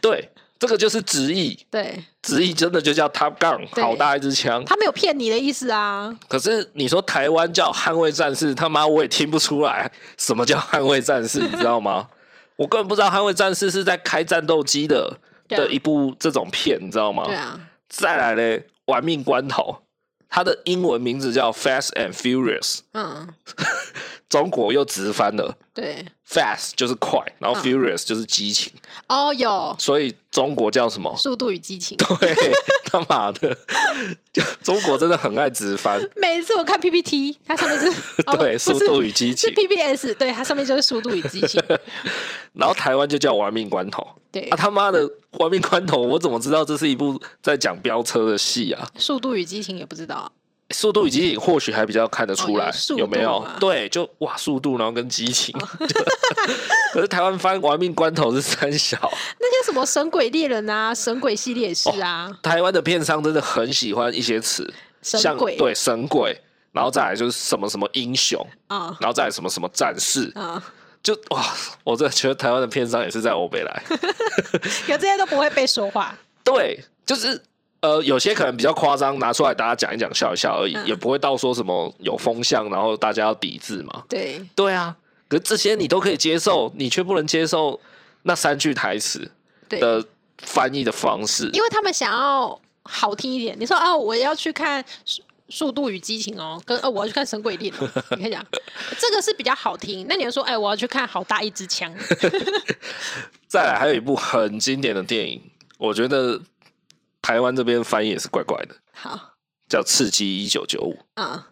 Speaker 1: 对，这个就是直译，
Speaker 2: 对
Speaker 1: 直译真的就叫 Top Gun，
Speaker 2: 对
Speaker 1: 好大一支枪。
Speaker 2: 他没有骗你的意思啊，
Speaker 1: 可是你说台湾叫捍卫战士，他妈我也听不出来什么叫捍卫战 士，你知道吗？我根本不知道捍卫战士是在开战斗机的
Speaker 2: 对啊
Speaker 1: 的一部这种片，你知道吗？
Speaker 2: 对啊，
Speaker 1: 再来嘞，玩命关头，它的英文名字叫 Fast and Furious，
Speaker 2: 嗯，
Speaker 1: 中国又直翻了。
Speaker 2: 对，
Speaker 1: Fast 就是快，然后
Speaker 2: 嗯
Speaker 1: Furious 就是激情，
Speaker 2: 哦，有
Speaker 1: 所以中国叫什么
Speaker 2: 《？速度与激情》，
Speaker 1: 对，他妈的，就中国真的很爱直翻。
Speaker 2: 每一次我看 PPT，它上 面是哦
Speaker 1: 对
Speaker 2: 不
Speaker 1: 速
Speaker 2: 是
Speaker 1: 度与激情
Speaker 2: 是 PPS，对，它上面就是《速度与激 情》，
Speaker 1: 然后台湾就叫玩命关头
Speaker 2: 对，
Speaker 1: 啊！
Speaker 2: 《
Speaker 1: 他妈的玩命关头，我怎么知道这是一部在讲飙车的戏啊？
Speaker 2: 速度与激情》也不知道，
Speaker 1: 速度与激情或许还比较看得出来，
Speaker 2: 哦有速度哦
Speaker 1: 有没有
Speaker 2: 嘛？
Speaker 1: 对，就哇速度，然后跟激情。 可是台湾翻玩命关头是三小，
Speaker 2: 那些什么《神鬼猎人》啊，《神鬼》系列也是啊，
Speaker 1: 台湾的片商真的很喜欢一些词，
Speaker 2: 神鬼》
Speaker 1: 哦对神鬼，然后再来就是什么什么英雄，
Speaker 2: 啊
Speaker 1: 然后再来什么什么战士，
Speaker 2: 啊，
Speaker 1: 就哇！我真的觉得台湾的片商也是在欧北来。
Speaker 2: 有这些都不会被说话，
Speaker 1: 对，就是呃，有些可能比较夸张，拿出来大家讲一讲、笑一笑而已，
Speaker 2: 嗯
Speaker 1: 也不会到说什么有风向，然后大家要抵制嘛。
Speaker 2: 对，
Speaker 1: 对啊，可是这些你都可以接受，你却不能接受那三句台词
Speaker 2: 对，
Speaker 1: 的翻译的方式。
Speaker 2: 因为他们想要好听一点。你说啊，我要去看《速速度与激情》哦，跟呃、我要去看《神鬼令》 哦，你可以讲这个是比较好听。那你就说，哎，我要去看《好大一 支枪》
Speaker 1: 再来，还有一部很经典的电影，我觉得台湾这边翻译也是怪怪的，
Speaker 2: 好
Speaker 1: 叫《刺激一九九五》。
Speaker 2: 啊、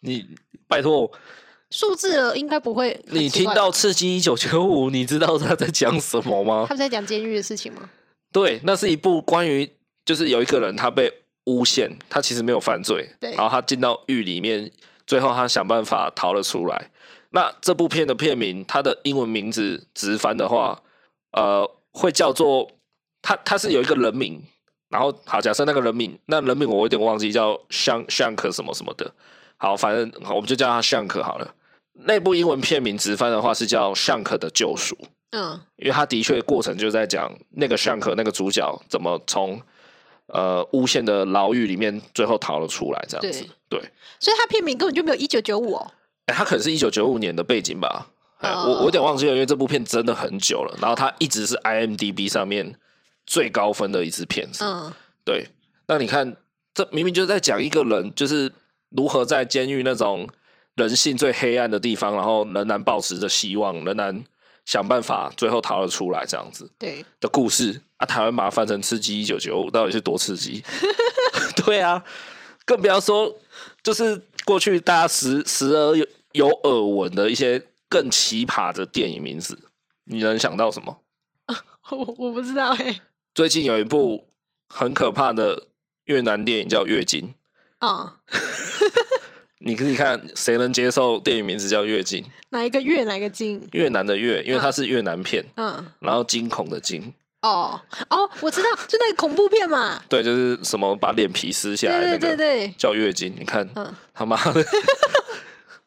Speaker 1: 你拜托，
Speaker 2: 数字了应该不会很奇怪吧。
Speaker 1: 你听到《刺激一九九五》，你知道他在讲什么吗
Speaker 2: 他？们在讲监狱的事情吗？
Speaker 1: 对，那是一部关于就是有一个人他被诬陷，他其实没有犯罪，
Speaker 2: 对
Speaker 1: 然后他进到狱里面，最后他想办法逃了出来。那这部片的片名，它的英文名字直翻的话，呃，会叫做它它是有一个人名，然后好，假设那个人名，那人名我有点忘记叫香香克什么什么的，好，反正好我们就叫他香克好了。那部英文片名直翻的话是叫《香克的救赎》。
Speaker 2: 嗯，
Speaker 1: 因为他的确过程就在讲那个尚可那个主角怎么从呃诬陷的牢狱里面最后逃了出来，这样子。对，
Speaker 2: 所以他片名根本就没有一九九五哦。
Speaker 1: 哎、他可能是一九九五年的背景吧，哎、我我有点忘记了，因为这部片真的很久了，然后它一直是 IMDB 上面最高分的一支片子。
Speaker 2: 嗯，
Speaker 1: 对，那你看，这明明就是在讲一个人，就是如何在监狱那种人性最黑暗的地方，然后仍然保持着希望，仍然想办法最后逃了出来，这样子。
Speaker 2: 对，
Speaker 1: 的故事啊，台湾把它翻成《刺激一九九五》，到底是多刺激？ 对啊，更不要说就是过去大家时时而有有耳闻的一些更奇葩的电影名字，你能想到什么？
Speaker 2: 我我不知道哎、
Speaker 1: 最近有一部很可怕的越南电影叫《月经》，
Speaker 2: 啊、
Speaker 1: 你可以看谁能接受电影名字叫《月经》？
Speaker 2: 哪一个月哪一个金？
Speaker 1: 越南的越，因为它是越南片，
Speaker 2: 嗯，
Speaker 1: 然后惊恐的惊，
Speaker 2: 哦哦，我 知道，就那个恐怖片嘛。
Speaker 1: 对，就是什么把脸皮撕下来那
Speaker 2: 对
Speaker 1: 个。
Speaker 2: 对对对，
Speaker 1: 叫月经，你看，
Speaker 2: 嗯
Speaker 1: 他妈的，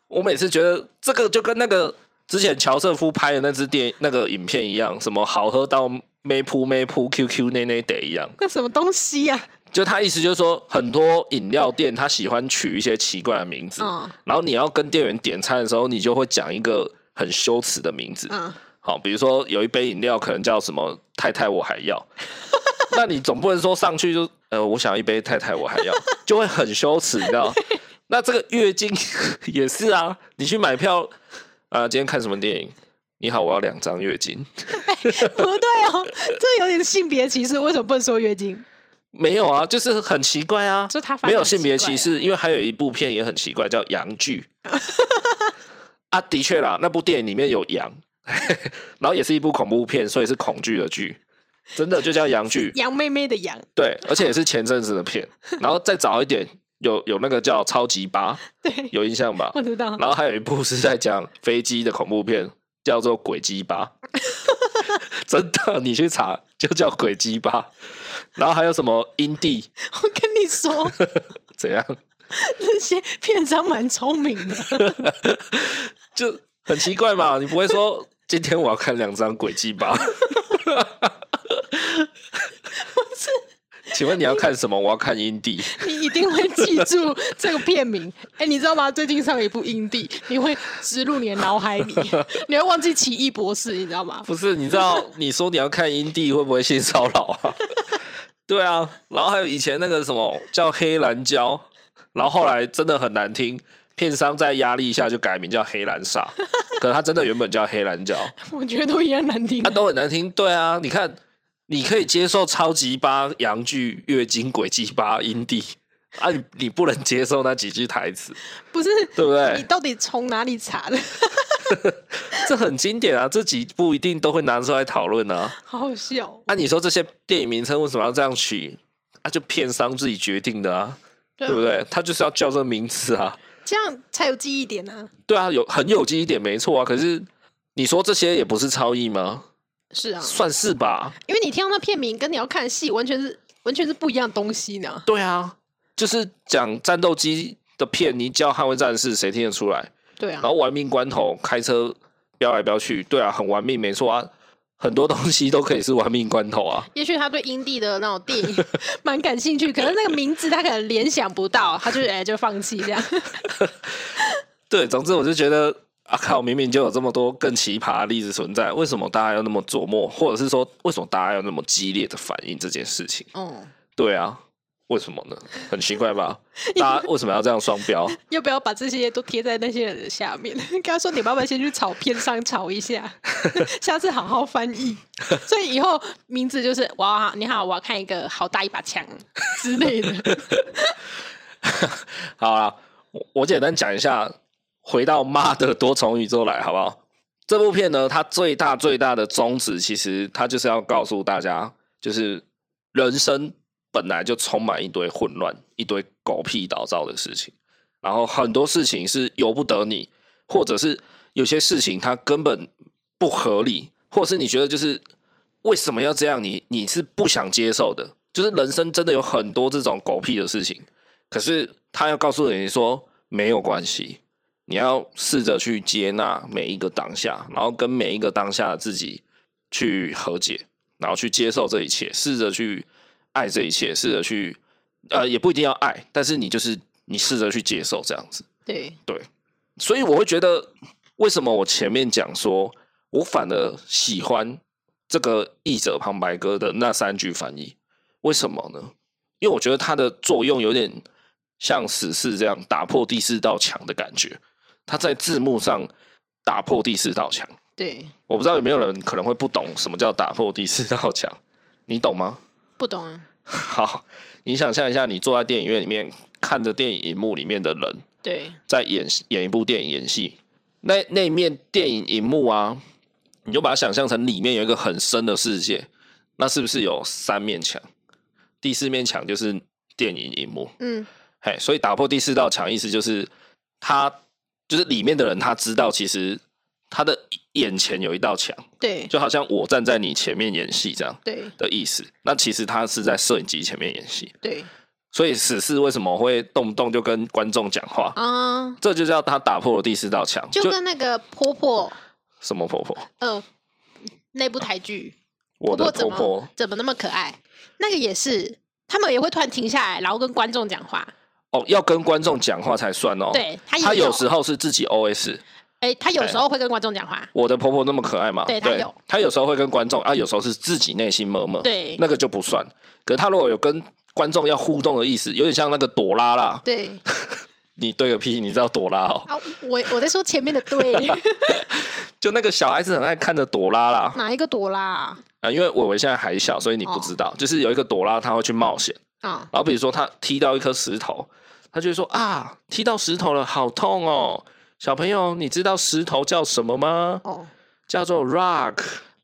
Speaker 1: 我每次觉得这个就跟那个之前乔瑟夫拍的那支电那个影片一样，什么好喝到没铺没铺 QQ 内内得一样，
Speaker 2: 那什么东西啊呀、
Speaker 1: 就他意思就是说，很多饮料店他喜欢取一些奇怪的名字，
Speaker 2: 嗯
Speaker 1: 然后你要跟店员点餐的时候，你就会讲一个很羞耻的名字，
Speaker 2: 嗯，
Speaker 1: 好，比如说有一杯饮料可能叫什么“太太我还要”， 那你总不能说上去就呃我想要一杯“太太我还要”，就会很羞耻，你知 道？那这个月经 也是啊，你去买票啊、今天看什么电影？你好，我要两张月经。
Speaker 2: 不对哦，这有点性别歧视，为什么不能说月经？
Speaker 1: 没有啊，就是很奇怪啊，
Speaker 2: 就他翻
Speaker 1: 没有
Speaker 2: 得很
Speaker 1: 性别
Speaker 2: 奇怪
Speaker 1: 歧
Speaker 2: 啊
Speaker 1: 视，因为还有一部片也很奇怪，叫《羊剧》 啊，的确啦，那部电影里面有羊， 然后也是一部恐怖片，所以是恐惧的剧，真的就叫羊剧。
Speaker 2: 羊妹妹的羊，
Speaker 1: 对，而且也是前阵子的片，然后再早一点有有那个叫《超级八》，
Speaker 2: 对，
Speaker 1: 有印象吧？
Speaker 2: 我知道。
Speaker 1: 然后还有一部是在讲飞机的恐怖片，叫做《鬼鸡巴》，真的，你去查就叫《鬼鸡巴》。然后还有什么阴地
Speaker 2: 我跟你说，
Speaker 1: 怎样，
Speaker 2: 那些片商蛮聪明的，
Speaker 1: 就很奇怪嘛，你不会说今天我要看两张《鬼鸡巴》。请问你要看什么？我要看阴地。
Speaker 2: 你一定会记住这个片名。哎，你知道吗？最近上了一部《印地》，你会植入你的脑 海里，你会忘记奇异博士，你知道吗？
Speaker 1: 不是，你知道你说你要看阴蒂会不会性骚扰啊？ 对啊，然后还有以前那个什么叫黑蓝胶，然后后来真的很难听，片商在压力下就改名叫黑蓝煞，可能他真的原本叫黑蓝胶，
Speaker 2: 我觉得都一样难听
Speaker 1: 他。都很难听。对啊，你看，你可以接受超级八、洋剧、月经、鬼鸡巴、阴蒂啊，你你不能接受那几句台词，
Speaker 2: 不是，
Speaker 1: 对不
Speaker 2: 你
Speaker 1: 对？
Speaker 2: 到底从哪里查的？
Speaker 1: 这很经典啊，这几部一定都会拿出来讨论啊。
Speaker 2: 好好笑哦。
Speaker 1: 啊，你说这些电影名称为什么要这样取？啊，就片商自己决定的啊，
Speaker 2: 对
Speaker 1: 对不对？他就是要叫这名字啊，
Speaker 2: 这样才有记忆点啊。
Speaker 1: 对啊，有很有记忆点，没错啊。可是你说这些也不是超意吗？
Speaker 2: 是啊，
Speaker 1: 算是吧，
Speaker 2: 因为你听到那片名跟你要看的戏完全是完全是不一样的东西呢。
Speaker 1: 对啊，就是讲战斗机的片，你叫《捍卫战士》，谁听得出来？
Speaker 2: 对
Speaker 1: 然
Speaker 2: 啊，
Speaker 1: 后玩命关头开车飙来飙去，对啊，很玩命，没错啊，很多东西都可以是玩命关头啊。
Speaker 2: 也许他对英帝的那种 电影蛮感兴趣，可是那个名字他可能联想不到，他就哎就放弃这样。
Speaker 1: 对，总之我就觉得啊靠，明明就有这么多更奇葩的例子存在，为什么大家要那么琢磨，或者是说为什么大家要那么激烈的反应这件事情？
Speaker 2: 嗯，
Speaker 1: 对啊，为什么呢？很奇怪吧？大家为什么要这样双标？
Speaker 2: 要不要把这些都贴在那些人的下面？跟他说，你爸爸先去草片上吵 一下，下次好好翻译。所以以后名字就是“哇，你好，我要看一个好大一把枪”之类的。
Speaker 1: 好啦，我我简单讲一下，回到《妈的多重宇宙》来，好不好？这部片呢，它最大最大的宗旨，其实它就是要告诉大家，就是人生本来就充满一堆混乱、一堆狗屁倒灶的事情，然后很多事情是由不得你，或者是有些事情它根本不合理，或者是你觉得就是为什么要这样，你你是不想接受的，就是人生真的有很多这种狗屁的事情。可是他要告诉你说没有关系，你要试着去接纳每一个当下，然后跟每一个当下的自己去和解，然后去接受这一切，试着去爱这一切，试着去呃也不一定要爱，但是你就是你试着去接受这样子。
Speaker 2: 对，
Speaker 1: 所以我会觉得，为什么我前面讲说我反而喜欢这个译者旁白哥的那三句翻译？为什么呢？因为我觉得它的作用有点像史诗这样打破第四道墙的感觉。它在字幕上打破第四道墙，
Speaker 2: 对，
Speaker 1: 我不知道有没有人可能会不懂什么叫打破第四道墙，你懂吗？
Speaker 2: 不懂啊。
Speaker 1: 好，你想象一下，你坐在电影院里面看着电影荧幕里面的人，
Speaker 2: 对，
Speaker 1: 在演演一部电影演戏，那那一面电影荧幕啊，你就把它想象成里面有一个很深的世界，那是不是有三面墙？第四面墙就是电影荧幕，
Speaker 2: 嗯，
Speaker 1: 嘿，所以打破第四道墙，意思就是他就是里面的人，他知道其实他的眼前有一道墙，
Speaker 2: 对，
Speaker 1: 就好像我站在你前面演戏这样
Speaker 2: 对，
Speaker 1: 的意思。那其实他是在摄影机前面演戏，
Speaker 2: 对，
Speaker 1: 所以史事为什么会动不动就跟观众讲话？
Speaker 2: 啊、
Speaker 1: 这就叫他打破了第四道墙，
Speaker 2: 就跟那个婆婆，
Speaker 1: 什么婆婆，
Speaker 2: 呃，那部台剧，
Speaker 1: 我的
Speaker 2: 婆怎
Speaker 1: 婆婆
Speaker 2: 么怎么那么可爱？那个也是，他们也会突然停下来，然后跟观众讲话。
Speaker 1: 哦，要跟观众讲话才算哦。
Speaker 2: 对她也
Speaker 1: 她有
Speaker 2: 有
Speaker 1: 时候是自己 OS，
Speaker 2: 哎、她有时候会跟观众讲话。
Speaker 1: 我的婆婆那么可爱嘛？
Speaker 2: 对她有，
Speaker 1: 她有时候会跟观众啊，有时候是自己内心默默，
Speaker 2: 对
Speaker 1: 哦那个就不算。可是她如果有跟观众要互动的意思，有点像那个朵拉啦，
Speaker 2: 对，
Speaker 1: 你对个屁，你知道朵拉哦？
Speaker 2: 啊，我我在说前面 的对，
Speaker 1: 就那个小孩子很爱看着朵拉啦
Speaker 2: 哪一个朵拉啊？
Speaker 1: 啊，因为伟伟现在还小，所以你不知
Speaker 2: 哦
Speaker 1: 道，就是有一个朵拉，她会去冒险。
Speaker 2: 啊
Speaker 1: 然后比如说他踢到一颗石头，他就会说啊，踢到石头了，好痛哦！小朋友，你知道石头叫什么吗？
Speaker 2: 哦，
Speaker 1: 叫做 rock。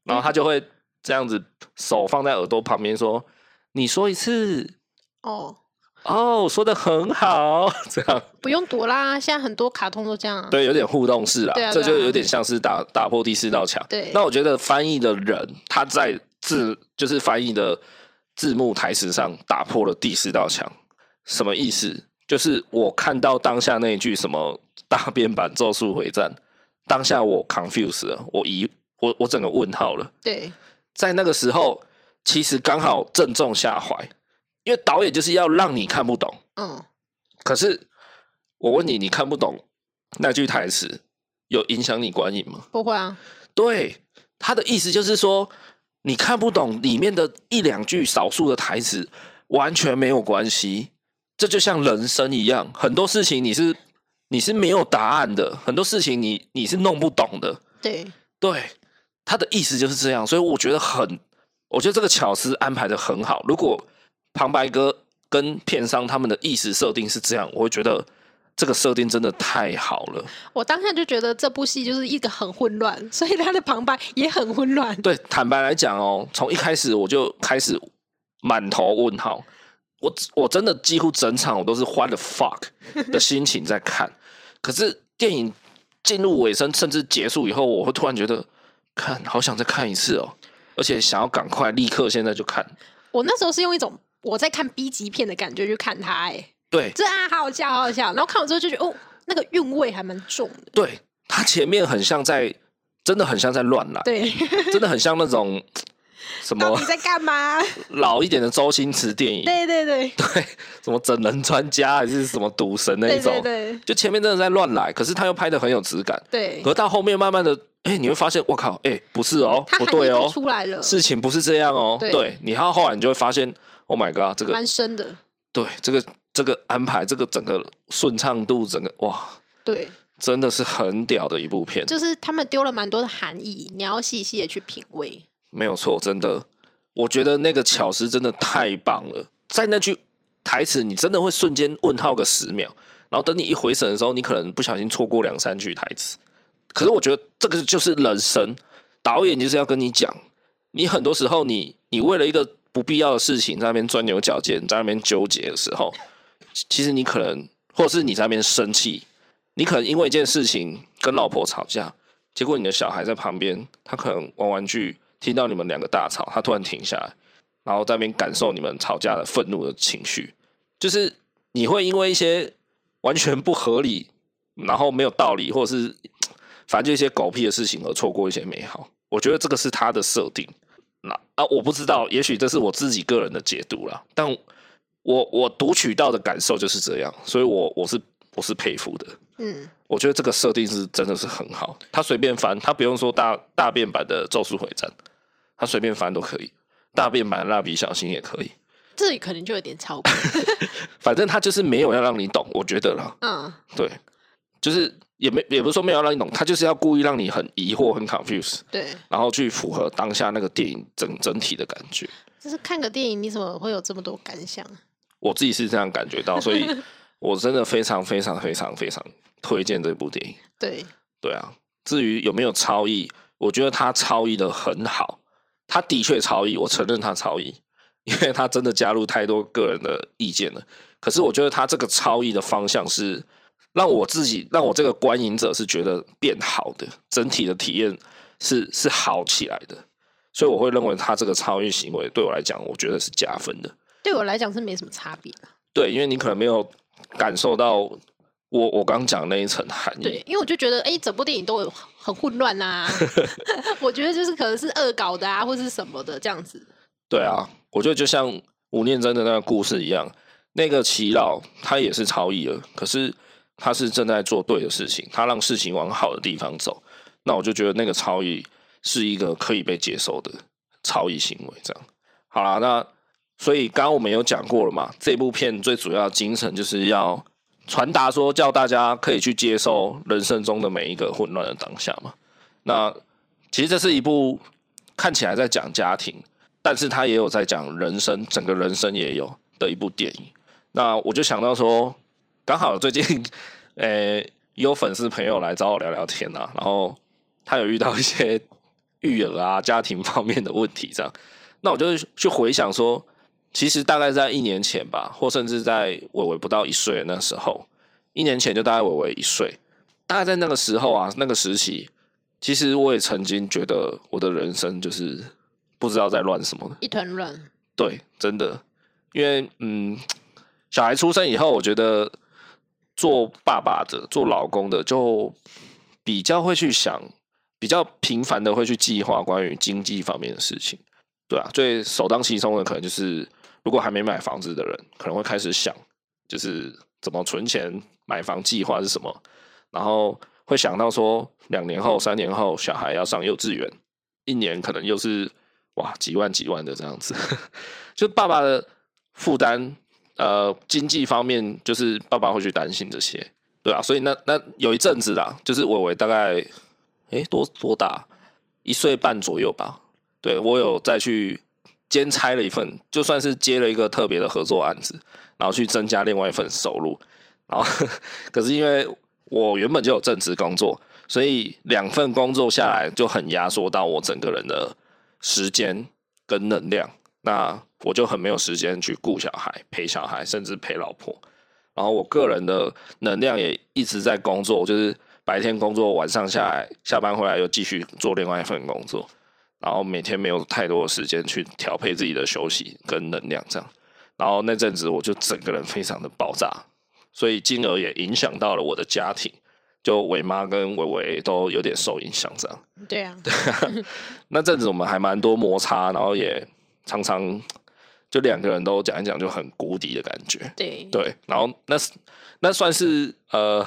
Speaker 1: 然后他就会这样子，手放在耳朵旁边说：“你说一次
Speaker 2: 哦，
Speaker 1: 哦，说的很好。” 这样
Speaker 2: 不用朵拉，现在很多卡通都这样啊。
Speaker 1: 对，有点互动式啦，
Speaker 2: 对啊
Speaker 1: 这就
Speaker 2: 对啊
Speaker 1: 有点像是打打破第四道墙。
Speaker 2: 对
Speaker 1: 那我觉得翻译的人他在字就是翻译的字幕台词上打破了第四道墙，什么意思？就是我看到当下那一句什么大变版《咒术回战》，当下我 confuse 了，我疑我我整个问号了。
Speaker 2: 对
Speaker 1: 在那个时候，其实刚好正中下怀，因为导演就是要让你看不懂。
Speaker 2: 嗯，
Speaker 1: 可是我问你，你看不懂那句台词，有影响你观影吗？
Speaker 2: 不会啊。
Speaker 1: 对，他的意思就是说，你看不懂里面的一两句少数的台词，完全没有关系。这就像人生一样，很多事情你是你是没有答案的，很多事情你你是弄不懂的。
Speaker 2: 对，
Speaker 1: 对，他的意思就是这样，所以我觉得很，我觉得这个巧思安排的很好。如果旁白哥跟片商他们的意识设定是这样，我会觉得这个设定真的太好了。
Speaker 2: 我当下就觉得这部戏就是一个很混乱，所以它的旁白也很混乱。
Speaker 1: 对，坦白来讲哦，从一开始我就开始满头问号，我我真的几乎整场我都是 what the fuck 的心情在看。可是电影进入尾声，甚至结束以后，我会突然觉得，看好想再看一次哦，而且想要赶快立刻现在就看。
Speaker 2: 我那时候是用一种我在看 B 级片的感觉去看它、哎，
Speaker 1: 对
Speaker 2: 这啊，好好笑，好好笑。然后看完之后就觉得，哦，那个韵味还蛮重的。
Speaker 1: 对，它前面很像在，真的很像在乱来，
Speaker 2: 对，
Speaker 1: 真的很像那种什
Speaker 2: 到
Speaker 1: 么
Speaker 2: 底在干嘛？
Speaker 1: 老一点的周星驰电影，
Speaker 2: 对对对
Speaker 1: 对，什么整人专家还是什么赌神那一
Speaker 2: 对
Speaker 1: 种，
Speaker 2: 对对
Speaker 1: 就前面真的在乱来，可是他又拍的很有质感。
Speaker 2: 对，
Speaker 1: 可到后面慢慢的，哎、你会发现，我靠，哎、不是哦，
Speaker 2: 他
Speaker 1: 不
Speaker 2: 含
Speaker 1: 对
Speaker 2: 义都
Speaker 1: 哦，
Speaker 2: 出来了，
Speaker 1: 事情不是这样哦。
Speaker 2: 对
Speaker 1: 对，你到后来你就会发现，Oh my god，这个
Speaker 2: 蛮深的。
Speaker 1: 对这个这个安排，这个整个顺畅度，整个哇，
Speaker 2: 对，
Speaker 1: 真的是很屌的一部片，
Speaker 2: 就是他们丢了蛮多的含义，你要细细的去品味。
Speaker 1: 没有错，真的，我觉得那个巧思真的太棒了，在那句台词，你真的会瞬间问号个十秒，然后等你一回神的时候，你可能不小心错过两三句台词。可是我觉得这个就是人生，导演就是要跟你讲，你很多时候你你为了一个不必要的事情在那边钻牛角尖，在那边纠结的时候，其其实你可能，或者是你在那边生气，你可能因为一件事情跟老婆吵架，结果你的小孩在旁边，他可能玩玩具，听到你们两个大吵，他突然停下来，然后在那边感受你们吵架的愤怒的情绪，就是你会因为一些完全不合理，然后没有道理，或者是反正就一些狗屁的事情而错过一些美好。我觉得这个是他的设定。那啊，我不知道，也许这是我自己个人的解读啦，但我我读取到的感受就是这样，所以我我是我是佩服的。
Speaker 2: 嗯，
Speaker 1: 我觉得这个设定是真的是很好，他随便翻，他不用说大大变版的《咒术回战》，他随便翻都可以，大变版的《蜡笔小新》也可以，
Speaker 2: 这里可能就有点超过。
Speaker 1: 反正他就是没有要让你懂，我觉得啦，
Speaker 2: 嗯，
Speaker 1: 对，就是也没也不是说没有要让你懂，他就是要故意让你很疑惑、很 confuse，
Speaker 2: 对，
Speaker 1: 然后去符合当下那个电影整整体的感觉。
Speaker 2: 就是看个电影，你怎么会有这么多感想？
Speaker 1: 我自己是这样感觉到，所以 我真的非常非常非常非常推荐这部电影。
Speaker 2: 对，
Speaker 1: 对啊，至于有没有超译，我觉得他超译的很好，他的确超译，我承认他超译，因为他真的加入太多个人的意见了。可是我觉得他这个超译的方向是让我自己，让我这个观影者是觉得变好的，整体的体验是是好起来的。所以我会认为他这个超译行为对我来讲，我觉得是加分的。
Speaker 2: 对我来讲是没什么差别啦。
Speaker 1: 对，因为你可能没有感受到我我刚讲那一层含义。
Speaker 2: 对，因为我就觉得，哎，整部电影都有很混乱 啊。我觉得就是可能是恶搞的啊，或是什么的这样子。
Speaker 1: 对啊，我觉得就像吴念真的那个故事一样，那个齐老他也是超意了，可是他是正在做对的事情，他让事情往好的地方走。那我就觉得那个超意是一个可以被接受的超意行为。这样好啦，那所以刚刚我们有讲过了嘛，这部片最主要的精神就是要传达说，叫大家可以去接受人生中的每一个混乱的当下嘛。那其实这是一部看起来在讲家庭，但是他也有在讲人生，整个人生也有的一部电影。那我就想到说，刚好最近， 呃、有粉丝朋友来找我聊聊天啊，然后他有遇到一些育儿啊、家庭方面的问题，这样，那我就去回想说，其实大概在一年前吧，或甚至在伟伟不到一岁的那时候，一年前就大概伟伟一岁，大概在那个时候啊，那个时期，其实我也曾经觉得我的人生就是不知道在乱什么。
Speaker 2: 一团乱，
Speaker 1: 对，真的，因为嗯，小孩出生以后，我觉得做爸爸的、做老公的，就比较会去想，比较频繁的会去计划关于经济方面的事情，对啊，最首当其冲的可能就是，如果还没买房子的人，可能会开始想，就是怎么存钱买房计划是什么，然后会想到说，两年后、三年后小孩要上幼稚园，一年可能又是哇几万几万的这样子，就爸爸的负担，呃，经济方面就是爸爸会去担心这些，对啊，所以那那有一阵子啦，就是伟伟大概诶多多大，一岁半左右吧，对我有再去兼差了一份，就算是接了一个特别的合作案子，然后去增加另外一份收入，然后可是因为我原本就有正职工作，所以两份工作下来就很压缩到我整个人的时间跟能量，那我就很没有时间去顾小孩、陪小孩，甚至陪老婆。然后我个人的能量也一直在工作，就是白天工作，晚上下来下班回来又继续做另外一份工作，然后每天没有太多的时间去调配自己的休息跟能量，这样。然后那阵子我就整个人非常的爆炸，所以进而也影响到了我的家庭。就伟妈跟伟伟都有点受影响这样。
Speaker 2: 对啊，
Speaker 1: 那阵子我们还蛮多摩擦，然后也常常就两个人都讲一讲就很谷底的感觉。
Speaker 2: 对
Speaker 1: 对，然后那是那算是呃，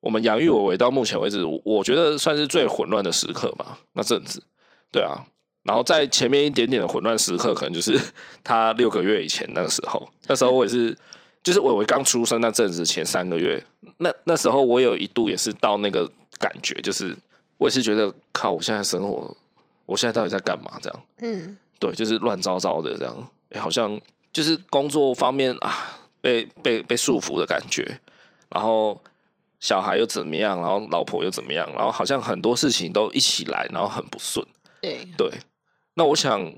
Speaker 1: 我们养育伟伟到目前为止，我我觉得算是最混乱的时刻吧。那阵子，对啊。然后在前面一点点的混乱时刻，可能就是他六个月以前那个时候，那时候我也是，就是伟伟刚出生那阵子前三个月，那那时候我有一度也是到那个感觉，就是我也是觉得靠，我现在生活，我现在到底在干嘛这样？
Speaker 2: 嗯，
Speaker 1: 对，就是乱糟糟的这样，诶好像就是工作方面啊，被被被束缚的感觉，然后小孩又怎么样，然后老婆又怎么样，然后好像很多事情都一起来，然后很不顺。
Speaker 2: 对。
Speaker 1: 对，那我想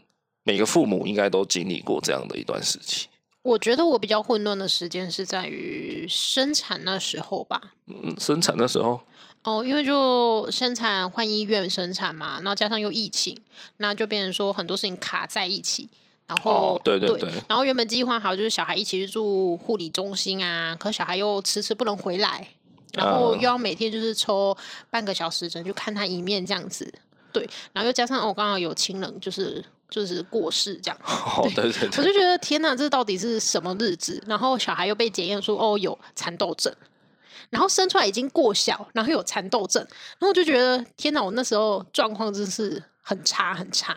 Speaker 1: 每个父母应该都经历过这样的一段时期。
Speaker 2: 我觉得我比较混乱的时间是在于生产那时候吧。
Speaker 1: 嗯，生产的时候，
Speaker 2: 哦，因为就生产换医院生产嘛，然后加上又疫情，那就变成说很多事情卡在一起。然后、
Speaker 1: 哦对对
Speaker 2: 对
Speaker 1: 对
Speaker 2: 然后原本计划好就是小孩一起去住护理中心啊，可小孩又迟迟不能回来，然后
Speaker 1: 嗯
Speaker 2: 又要每天就是抽半个小时只能去看他一面这样子。对，然后又加上哦，刚好有亲人就是就是过世这样，
Speaker 1: 哦，对对
Speaker 2: 我
Speaker 1: 对，
Speaker 2: 就觉得天哪，这到底是什么日子？然后小孩又被检验出哦有蚕豆症，然后生出来已经过小，然后有蚕豆症，然后我就觉得天哪，我那时候状况真是很差很差。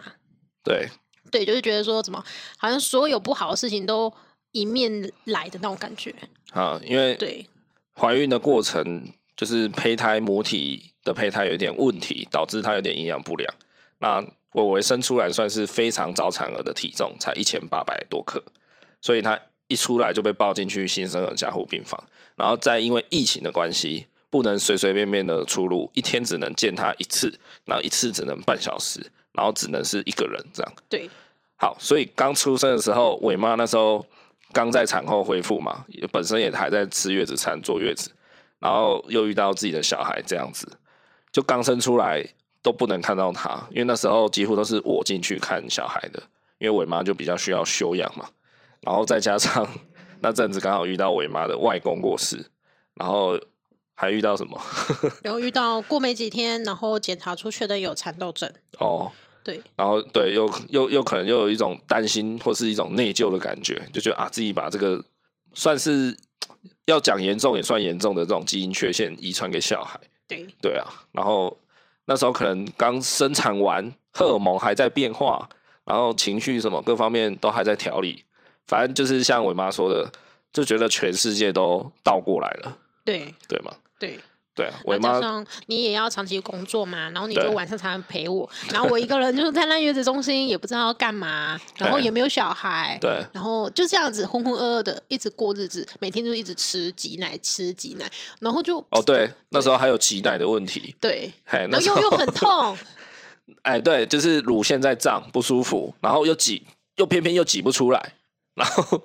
Speaker 1: 对，
Speaker 2: 对，就是觉得说怎么好像所有不好的事情都迎面来的那种感觉。
Speaker 1: 啊，因为
Speaker 2: 对
Speaker 1: 怀孕的过程就是胚胎母体的胚胎有一点问题，导致它有点营养不良。那伟伟生出来算是非常早产儿的体重，才一千八百多克，所以他一出来就被抱进去新生儿加护病房，然后再因为疫情的关系，不能随随便便的出入，一天只能见他一次，然后一次只能半小时，然后只能是一个人这样。
Speaker 2: 对
Speaker 1: 好，所以刚出生的时候，伟妈那时候刚在产后恢复嘛，也本身也还在吃月子餐、坐月子，然后又遇到自己的小孩这样子，就刚生出来都不能看到他，因为那时候几乎都是我进去看小孩的，因为伟妈就比较需要休养嘛，然后再加上 那阵子刚好遇到伟妈的外公过世，然后还遇到什么
Speaker 2: 然后遇到过没几天，然后检查出确认有蚕豆症。
Speaker 1: 哦，
Speaker 2: 嗯对
Speaker 1: 然后对，又又又可能又有一种担心或是一种内疚的感觉，就觉得啊自己把这个算是要讲严重也算严重的这种基因缺陷遗传给小孩，
Speaker 2: 对
Speaker 1: 对啊。然后那时候可能刚生产完，荷尔蒙还在变化，然后情绪什么各方面都还在调理，反正就是像我妈说的，就觉得全世界都倒过来了，
Speaker 2: 对
Speaker 1: 对吗？
Speaker 2: 对，
Speaker 1: 对啊，我
Speaker 2: 然后加
Speaker 1: 妈
Speaker 2: 上你也要长期工作嘛，然后你
Speaker 1: 对
Speaker 2: 就晚上才能陪我，然后我一个人就是在那月子中心也不知道要干嘛，然后
Speaker 1: 对
Speaker 2: 也没有小孩，
Speaker 1: 对
Speaker 2: 然后就这样子浑浑噩噩的一直过日子，每天就一直吃挤奶吃挤奶，然后就
Speaker 1: 哦对，那时候还有脐带的问题，
Speaker 2: 对，
Speaker 1: 嘿，
Speaker 2: 然
Speaker 1: 那
Speaker 2: 后
Speaker 1: 时候
Speaker 2: 哦又又很 痛，
Speaker 1: 哎，对，就是乳腺在胀不舒服，然后又挤，又偏偏又挤不出来，然后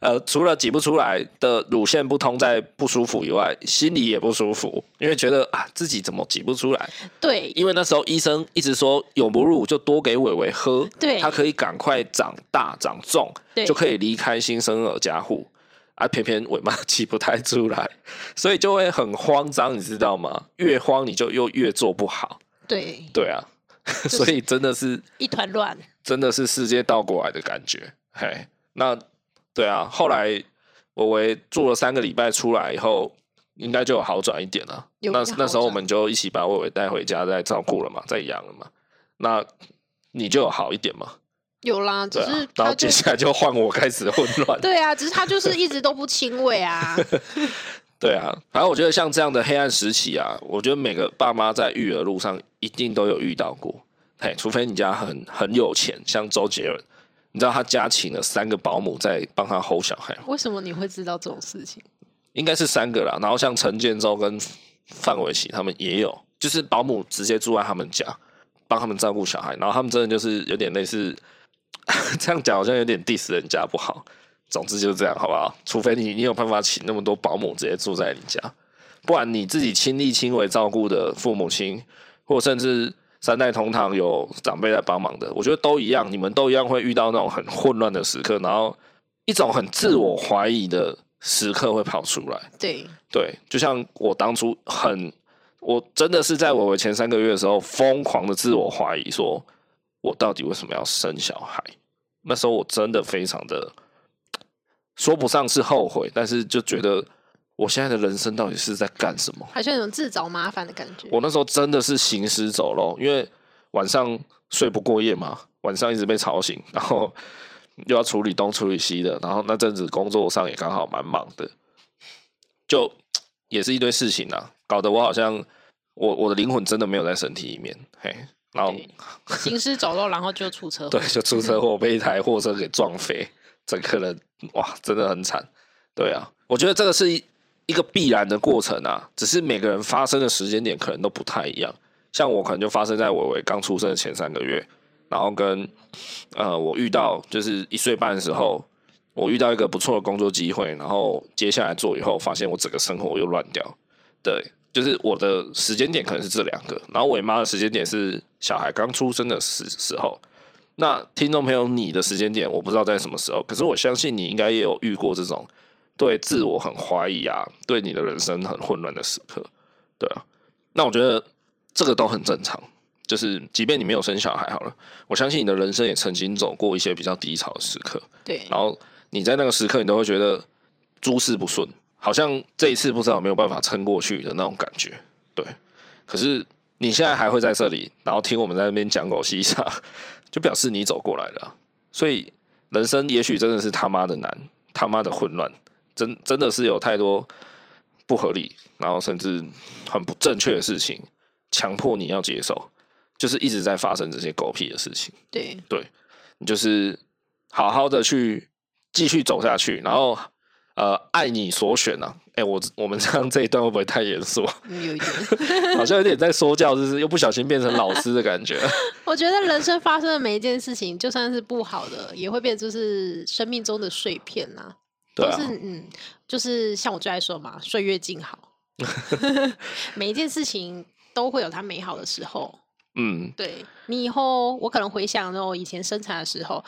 Speaker 1: 呃，除了挤不出来的乳腺不通在不舒服以外，心里也不舒服，因为觉得啊自己怎么挤不出来，
Speaker 2: 对
Speaker 1: 因为那时候医生一直说有母乳就多给伟伟喝，
Speaker 2: 对
Speaker 1: 他可以赶快长大长重，
Speaker 2: 对
Speaker 1: 就可以离开新生儿加护。啊，偏偏伟妈 挤不太出来，所以就会很慌张，你知道吗？越慌你就又越做不好，
Speaker 2: 对，
Speaker 1: 对啊， 所以真的是
Speaker 2: 一团乱，
Speaker 1: 真的是世界倒过来的感觉。嘿，那对啊，后来我为做了三个礼拜出来以后，应该就有好转一点了。
Speaker 2: 有
Speaker 1: 那
Speaker 2: 比较
Speaker 1: 那时候
Speaker 2: 好转
Speaker 1: 我们就一起把伟伟带回家，再照顾了嘛，再养了嘛。那你就有好一点嘛？
Speaker 2: 有啦，只
Speaker 1: 对
Speaker 2: 是
Speaker 1: 啊。然
Speaker 2: 他
Speaker 1: 后
Speaker 2: 就
Speaker 1: 接。下来就换我开始混乱。
Speaker 2: 对啊，只是他就是一直都不亲喂 啊，
Speaker 1: 对啊，反正我觉得像这样的黑暗时期啊，我觉得每个爸妈在育儿路上一定都有遇到过。嘿，除非你家很很有钱，像周杰伦，你知道他家请了三个保姆在帮他吼小孩吗，
Speaker 2: 为什么你会知道这种事情？
Speaker 1: 应该是三个啦。然后像陈建州跟范玮琪他们也有，就是保姆直接住在他们家，帮他们照顾小孩。然后他们真的就是有点类似， 这样讲好像有点 diss 人家不好。总之就是这样，好不好？除非你你有办法请那么多保姆直接住在你家，不然你自己亲力亲为照顾的父母亲，或甚至三代同堂有长辈在帮忙的，我觉得都一样，你们都一样会遇到那种很混乱的时刻，然后一种很自我怀疑的时刻会跑出来。
Speaker 2: 对
Speaker 1: 对，就像我当初很我真的是在我为前三个月的时候，疯狂的自我怀疑，说我到底为什么要生小孩？那时候我真的非常的说不上是后悔，但是就觉得我现在的人生到底是在干什么？
Speaker 2: 好像有种自找麻烦的感觉。
Speaker 1: 我那时候真的是行尸走肉，因为晚上睡不过夜嘛，晚上一直被吵醒，然后 又要处理东处理西的，然后那阵子工作上也刚好蛮忙的，就也是一堆事情啊，搞得我好像我我的灵魂真的没有在身体里面，嘿，然后
Speaker 2: 对行尸走肉，然后就出车祸。
Speaker 1: 对，就出车祸被一台货车给撞飞，整个人哇，真的很惨。对啊，我觉得这个是一一个必然的过程啊，只是每个人发生的时间点可能都不太一样。像我可能就发生在伟伟刚出生的前三个月，然后跟呃我遇到就是一岁半的时候，我遇到一个不错的工作机会，然后接下来做以后，发现我整个生活又乱掉。对，就是我的时间点可能是这两个，然后伟妈的时间点是小孩刚出生的时时候，那听众朋友，你的时间点我不知道在什么时候，可是我相信你应该也有遇过这种对自我很怀疑啊，对你的人生很混乱的时刻，对啊。那我觉得这个都很正常，就是即便你没有生小孩好了，我相信你的人生也曾经走过一些比较低潮的时刻，
Speaker 2: 对
Speaker 1: 然后你在那个时刻，你都会觉得诸事不顺，好像这一次不知道有没有办法撑过去的那种感觉。对，可是你现在还会在这里，然后听我们在那边讲狗西沙，就表示你走过来了啊。所以人生也许真的是他妈的难，他妈的混乱，真真的是有太多不合理，然后甚至很不正确的事情，强迫你要接受，就是一直在发生这些狗屁的事情。
Speaker 2: 对
Speaker 1: 你就是好好的去继续走下去，然后呃，爱你所选啊。哎、我我们这样这一段会不会太严肃？
Speaker 2: 嗯有一点。
Speaker 1: 好像有点在说教，就是又不小心变成老师的感觉。
Speaker 2: 我觉得人生发生的每一件事情，就算是不好的，也会变成就是生命中的碎片呐、
Speaker 1: 对
Speaker 2: 就
Speaker 1: 啊，
Speaker 2: 是嗯，就是像我最爱说嘛， 岁月静好，每一件事情都会有它美好的时候。
Speaker 1: 嗯，
Speaker 2: 对你以后，我可能回想到我以前生产的时候，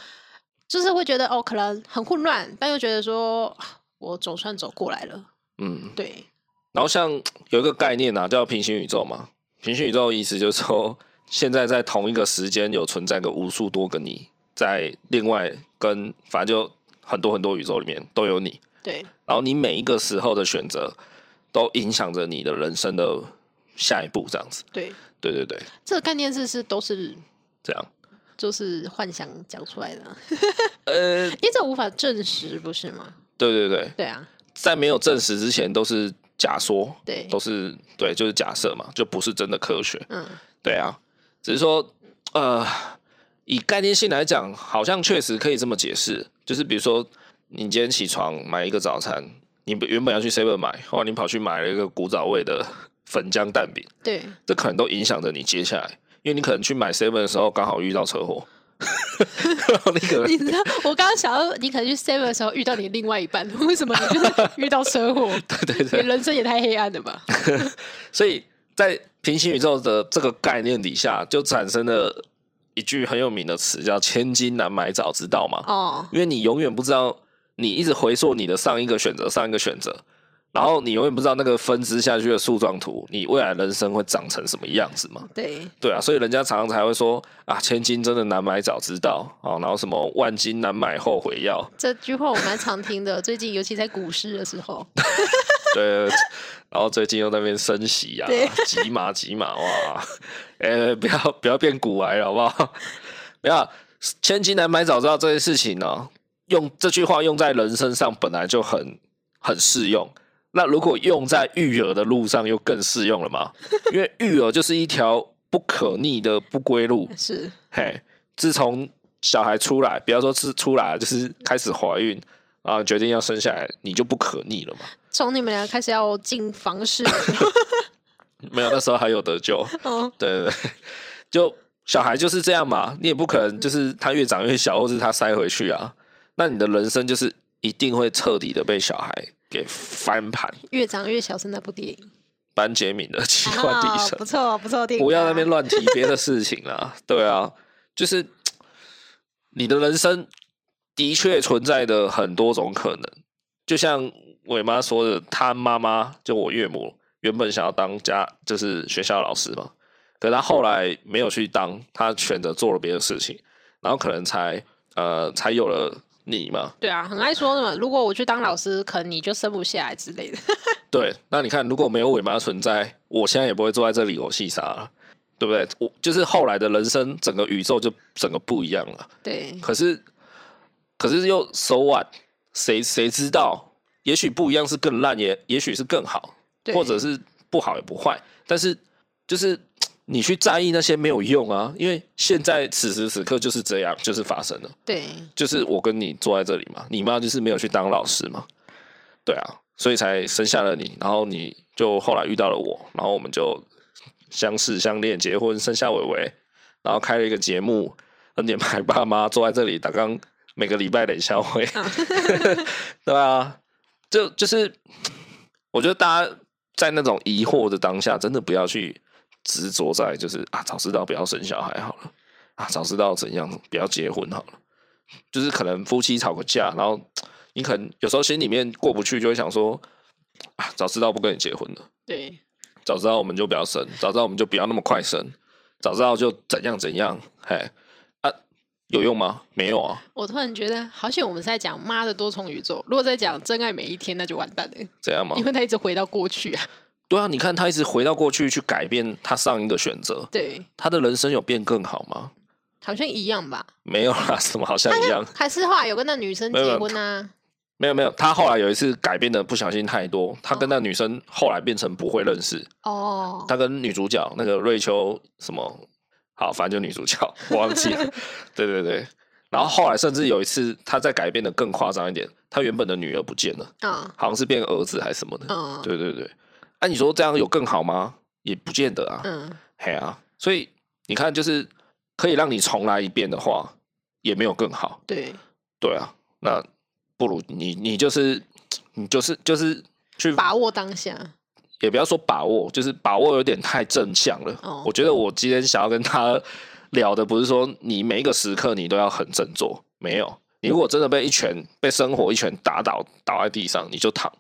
Speaker 2: 就是会觉得哦，可能很混乱，但又觉得说啊我总算走过来了。
Speaker 1: 嗯，
Speaker 2: 对，
Speaker 1: 然后像有一个概念啊，叫平行宇宙嘛。平行宇宙的意思就是说，现在在同一个时间有存在个无数多个你，在另外跟反正就很多很多宇宙里面都有你。
Speaker 2: 对，
Speaker 1: 然后你每一个时候的选择都影响着你的人生的下一步，这样子。
Speaker 2: 对，
Speaker 1: 对对对，
Speaker 2: 这个概念是是都是
Speaker 1: 这样。
Speaker 2: 就是幻想讲出来的，啊
Speaker 1: 呃，
Speaker 2: 因为这无法证实，不是吗？
Speaker 1: 对对对，
Speaker 2: 对啊，
Speaker 1: 在没有证实之前都是假说，
Speaker 2: 对，
Speaker 1: 都是对，就是假设嘛，就不是真的科学。
Speaker 2: 嗯，
Speaker 1: 对啊，只是说，呃，以概念性来讲，好像确实可以这么解释，就是比如说，你今天起床买一个早餐，你原本要去 Seven 买，后来你跑去买了一个古早味的粉浆蛋饼。
Speaker 2: 对，
Speaker 1: 这可能都影响着你接下来，因为你可能去买 seven 的时候刚好遇到车祸， 然后你可能
Speaker 2: 你知道，我刚刚想到，你可能去 Seven 的时候遇到你另外一半，为什么你就是遇到车 祸？
Speaker 1: 对对
Speaker 2: 你
Speaker 1: 对，
Speaker 2: 人生也太黑暗了 吧？
Speaker 1: 所以在平行宇宙的这个概念底下，就产生了一句很有名的词，叫“千金难买早知道”嘛，
Speaker 2: 哦，
Speaker 1: 因为你永远不知道，你一直回溯你的上一个选择，上一个选择。然后你永远不知道那个分支下去的树状图，你未来人生会长成什么样子嘛？
Speaker 2: 对，
Speaker 1: 对啊，所以人家常常才会说啊，千金真的难买早知道啊、哦，然后什么万金难买后悔药，
Speaker 2: 这句话我蛮常听的，最近尤其在股市的时候，
Speaker 1: 对，然后最近又在那边升息啊
Speaker 2: 对，
Speaker 1: 急马急马哇，呃、不要不要变骨癌了好不好？ 不要千金难买早知道这件事情呢、用这句话用在人身上本来就很很适用，那如果用在育儿的路上又更适用了嘛？因为育儿就是一条不可逆的不归路，
Speaker 2: 是
Speaker 1: 嘿，自从小孩出来，不要说是出来了，啊就是开始怀孕啊，决定要生下来，你就不可逆了嘛。
Speaker 2: 从你们俩开始要进房 市的时
Speaker 1: 没有，那时候还有得救。
Speaker 2: 候，
Speaker 1: 对对 对，就小孩就是这样嘛，你也不可能就是他越长越小，或是他塞回去啊。那你的人生就是一定会彻底的被小孩给翻盘。
Speaker 2: 越长越小是那部电影，
Speaker 1: 班杰明的奇幻
Speaker 2: 啊
Speaker 1: 旅程
Speaker 2: 不，错不错，电影
Speaker 1: 不要在那边
Speaker 2: 啊
Speaker 1: 乱提别的事情啦。对啊，就是你的人生的确存在的很多种可能，就像伟妈说的，她妈妈就我岳母原本想要当家就是学校老师嘛，可是他后来没有去当，他选择做了别的事情，然后可能才呃才有了你嘛。
Speaker 2: 对啊，很爱说的嘛。如果我去当老师，可能你就生不下来之类的。
Speaker 1: 对，那你看如果没有尾巴存在，我现在也不会坐在这里我戏杀了，对不对？我就是后来的人生，整个宇宙就整个不一样了。
Speaker 2: 对，
Speaker 1: 可是，可是又 so what？谁谁知道？也许不一样是更烂，也也许是更好，
Speaker 2: 对
Speaker 1: 或者是不好也不坏。但是就是你去在意那些没有用啊，因为现在此时此刻就是这样，就是发生了，
Speaker 2: 对，
Speaker 1: 就是我跟你坐在这里嘛，你妈就是没有去当老师嘛，对啊，所以才生下了你，然后你就后来遇到了我，然后我们就相识、相恋、结婚，生下伟伟，然后开了一个节目，恩典牌爸妈坐在这里，打刚每个礼拜冷笑会， 对啊，就就是我觉得大家在那种疑惑的当下，真的不要去执着在就是啊，早知道不要生小孩好了，啊，早知道怎样不要结婚好了，就是可能夫妻吵个架，然后你可能有时候心里面过不去，就会想说啊，早知道不跟你结婚了。
Speaker 2: 对，
Speaker 1: 早知道我们就不要生，早知道我们就不要那么快生，早知道就怎样怎样，嘿，啊，有用吗？没有啊，
Speaker 2: 我突然觉得，好险我们是在讲妈的多重宇宙，如果在讲真爱每一天，那就完蛋了，
Speaker 1: 怎样吗
Speaker 2: 因？为他一直回到过去啊。
Speaker 1: 对啊，你看他一直回到过去去改变他上一个选择，
Speaker 2: 对，
Speaker 1: 他的人生有变更好吗？
Speaker 2: 好像一样吧？
Speaker 1: 没有啦， 什么好像一 样，
Speaker 2: 还是后来有跟那女生
Speaker 1: 没有没
Speaker 2: 结
Speaker 1: 有
Speaker 2: 婚啊？
Speaker 1: 没有没有。他后来有一次改变的不小心太多，他跟那女生后来变成不会认识，
Speaker 2: 哦，
Speaker 1: 他跟女主角那个瑞秋什么，好，反正就女主角，我忘记了。对对对，然后后来甚至有一次，他再改变的更夸张一点，他原本的女儿不见了，
Speaker 2: 嗯
Speaker 1: 好像是变儿子还是什么的。
Speaker 2: 嗯
Speaker 1: 对对对，按、你说这样有更好吗？也不见得啊，
Speaker 2: 嗯，
Speaker 1: 嘿啊，所以你看，就是可以让你重来一遍的话，也没有更好。
Speaker 2: 对，
Speaker 1: 对啊，那不如你你就是你就是就是去
Speaker 2: 把握当下。
Speaker 1: 也不要说把握，就是把握有点太正向了。
Speaker 2: 哦
Speaker 1: 我觉得我今天想要跟他聊的，不是说你每一个时刻你都要很振作，没有。你如果真的被一拳被生活一拳打倒，倒在地上，你就躺，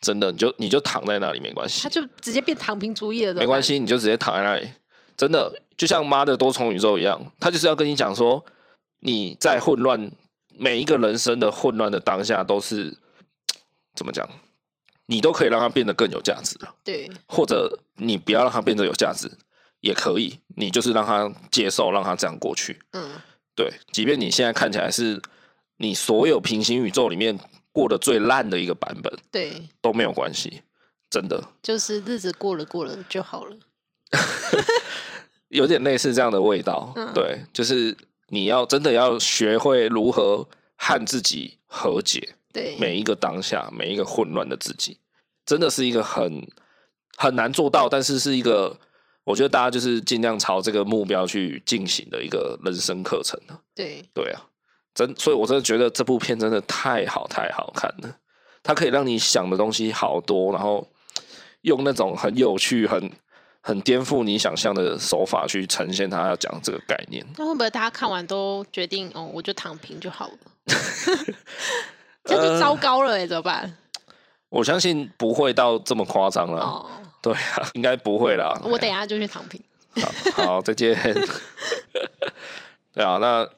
Speaker 1: 真的你就你就躺在那里没关系
Speaker 2: 他，就直接变躺平主义了，
Speaker 1: 没关。系，你就直接躺在那里，真的就像妈的多重宇宙一样，他就是要跟你讲说，你在混乱每一个人生的混乱的当下，都是怎么讲，你都可以让它变得更有价值了。
Speaker 2: 对
Speaker 1: 或者你不要让它变得有价值也可以，你就是让它接受，让它这样过去。
Speaker 2: 嗯，
Speaker 1: 对，即便你现在看起来是你所有平行宇宙里面过得最烂的一个版本
Speaker 2: 对，
Speaker 1: 都没有关系，真的
Speaker 2: 就是日子过了过了就好了。
Speaker 1: 有点类似这样的味道。
Speaker 2: 嗯
Speaker 1: 对，就是你要真的要学会如何和自己和解，
Speaker 2: 对，
Speaker 1: 每一个当下，每一个混乱的自己，真的是一个很很难做到，但是是一个我觉得大家就是尽量朝这个目标去进行的一个人生课程啊
Speaker 2: 对
Speaker 1: 对啊，真，所以我真的觉得这部片真的太好太好看了，它可以让你想的东西好多，然后用那种很有趣、很很颠覆你想象的手法去呈现他要讲这个概念。
Speaker 2: 那会不会大家看完都决定哦，我就躺平 就好了？ 这样就
Speaker 1: 呃
Speaker 2: 糟糕了哎、怎么办？
Speaker 1: 我相信不会到这么夸张啦，
Speaker 2: 哦，
Speaker 1: 对啊，应该不会啦。
Speaker 2: 我
Speaker 1: 哎
Speaker 2: 等
Speaker 1: 呀
Speaker 2: 一下就去躺平。
Speaker 1: 好，好，再见。对啊，那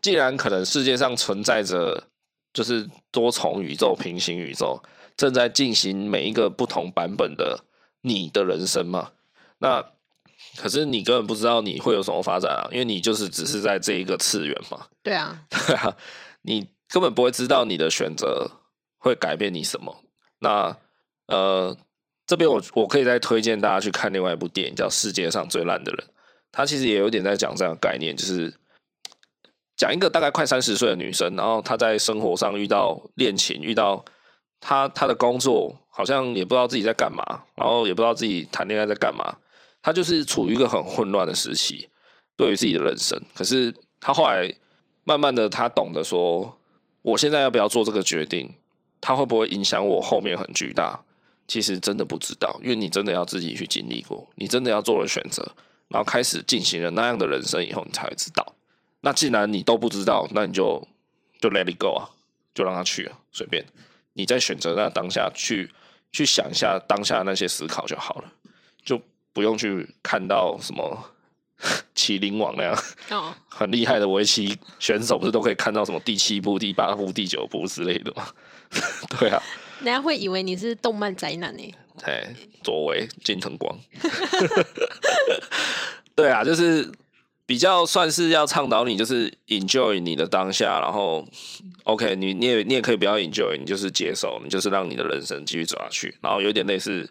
Speaker 1: 既然可能世界上存在着就是多重宇宙、平行宇宙，正在进行每一个不同版本的你的人生嘛，那可是你根本不知道你会有什么发展啊，因为你就是只是在这一个次元嘛，
Speaker 2: 对啊，
Speaker 1: 对啊，你根本不会知道你的选择会改变你什么。那呃，这边我我可以再推荐大家去看另外一部电影，叫《世界上最烂的人》，他其实也有点在讲这样的概念，就是讲一个大概快三十岁的女生，然后她在生活上遇到恋情，遇到她她的工作好像也不知道自己在干嘛，然后也不知道自己谈恋爱在干嘛，她就是处于一个很混乱的时期，对于自己的人生。可是她后来慢慢的，她懂得说，我现在要不要做这个决定，它会不会影响我后面很巨大？其实真的不知道，因为你真的要自己去经历过，你真的要做了选择，然后开始进行了那样的人生以后，你才会知道。那既然你都不知道，那你就就 let it go 啊，就让他去啊，随便。你在选择那当下去去想一下当下那些思考就好了，就不用去看到什么 麒麟王那样
Speaker 2: 哦，
Speaker 1: 很厉害的围棋选手，不是都可以看到什么第七步、第八步、第九步之类的吗？ 对啊，
Speaker 2: 人家会以为你是动漫宅男欸呢。
Speaker 1: 哎，左为金城光， 对啊，就是比较算是要倡导你，就是 enjoy 你的当下，然后 OK，你你也你也可以不要 enjoy，你就是接受，你就是让你的人生继续走下去，然后有点类似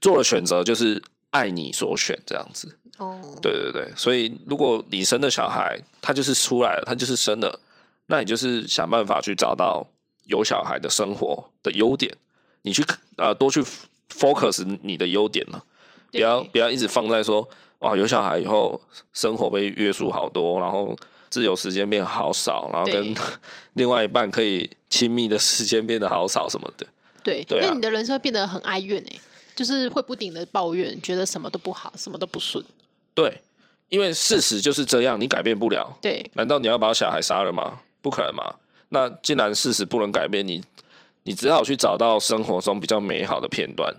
Speaker 1: 做了选择，就是爱你所选这样子。
Speaker 2: 哦，
Speaker 1: 对对对，所以如果你生的小孩，他就是出来了，他就是生了，那你就是想办法去找到有小孩的生活的优点，你去呃多去 focus 你的优点了，不
Speaker 2: 对
Speaker 1: 要不要一直放在说哇有小孩以后生活被约束好多，然后自由时间变好少，然后跟
Speaker 2: 对
Speaker 1: 另外一半可以亲密的时间变得好少什么的，
Speaker 2: 对，
Speaker 1: 对啊
Speaker 2: 那你的人生会变得很哀怨哎，就是会不停的抱怨，觉得什么都不好，什么都不顺。
Speaker 1: 对，因为事实就是这样，你改变不了，
Speaker 2: 对，
Speaker 1: 难道你要把小孩杀了吗？不可能嘛！那既然事实不能改变，你你只好去找到生活中比较美好的片段，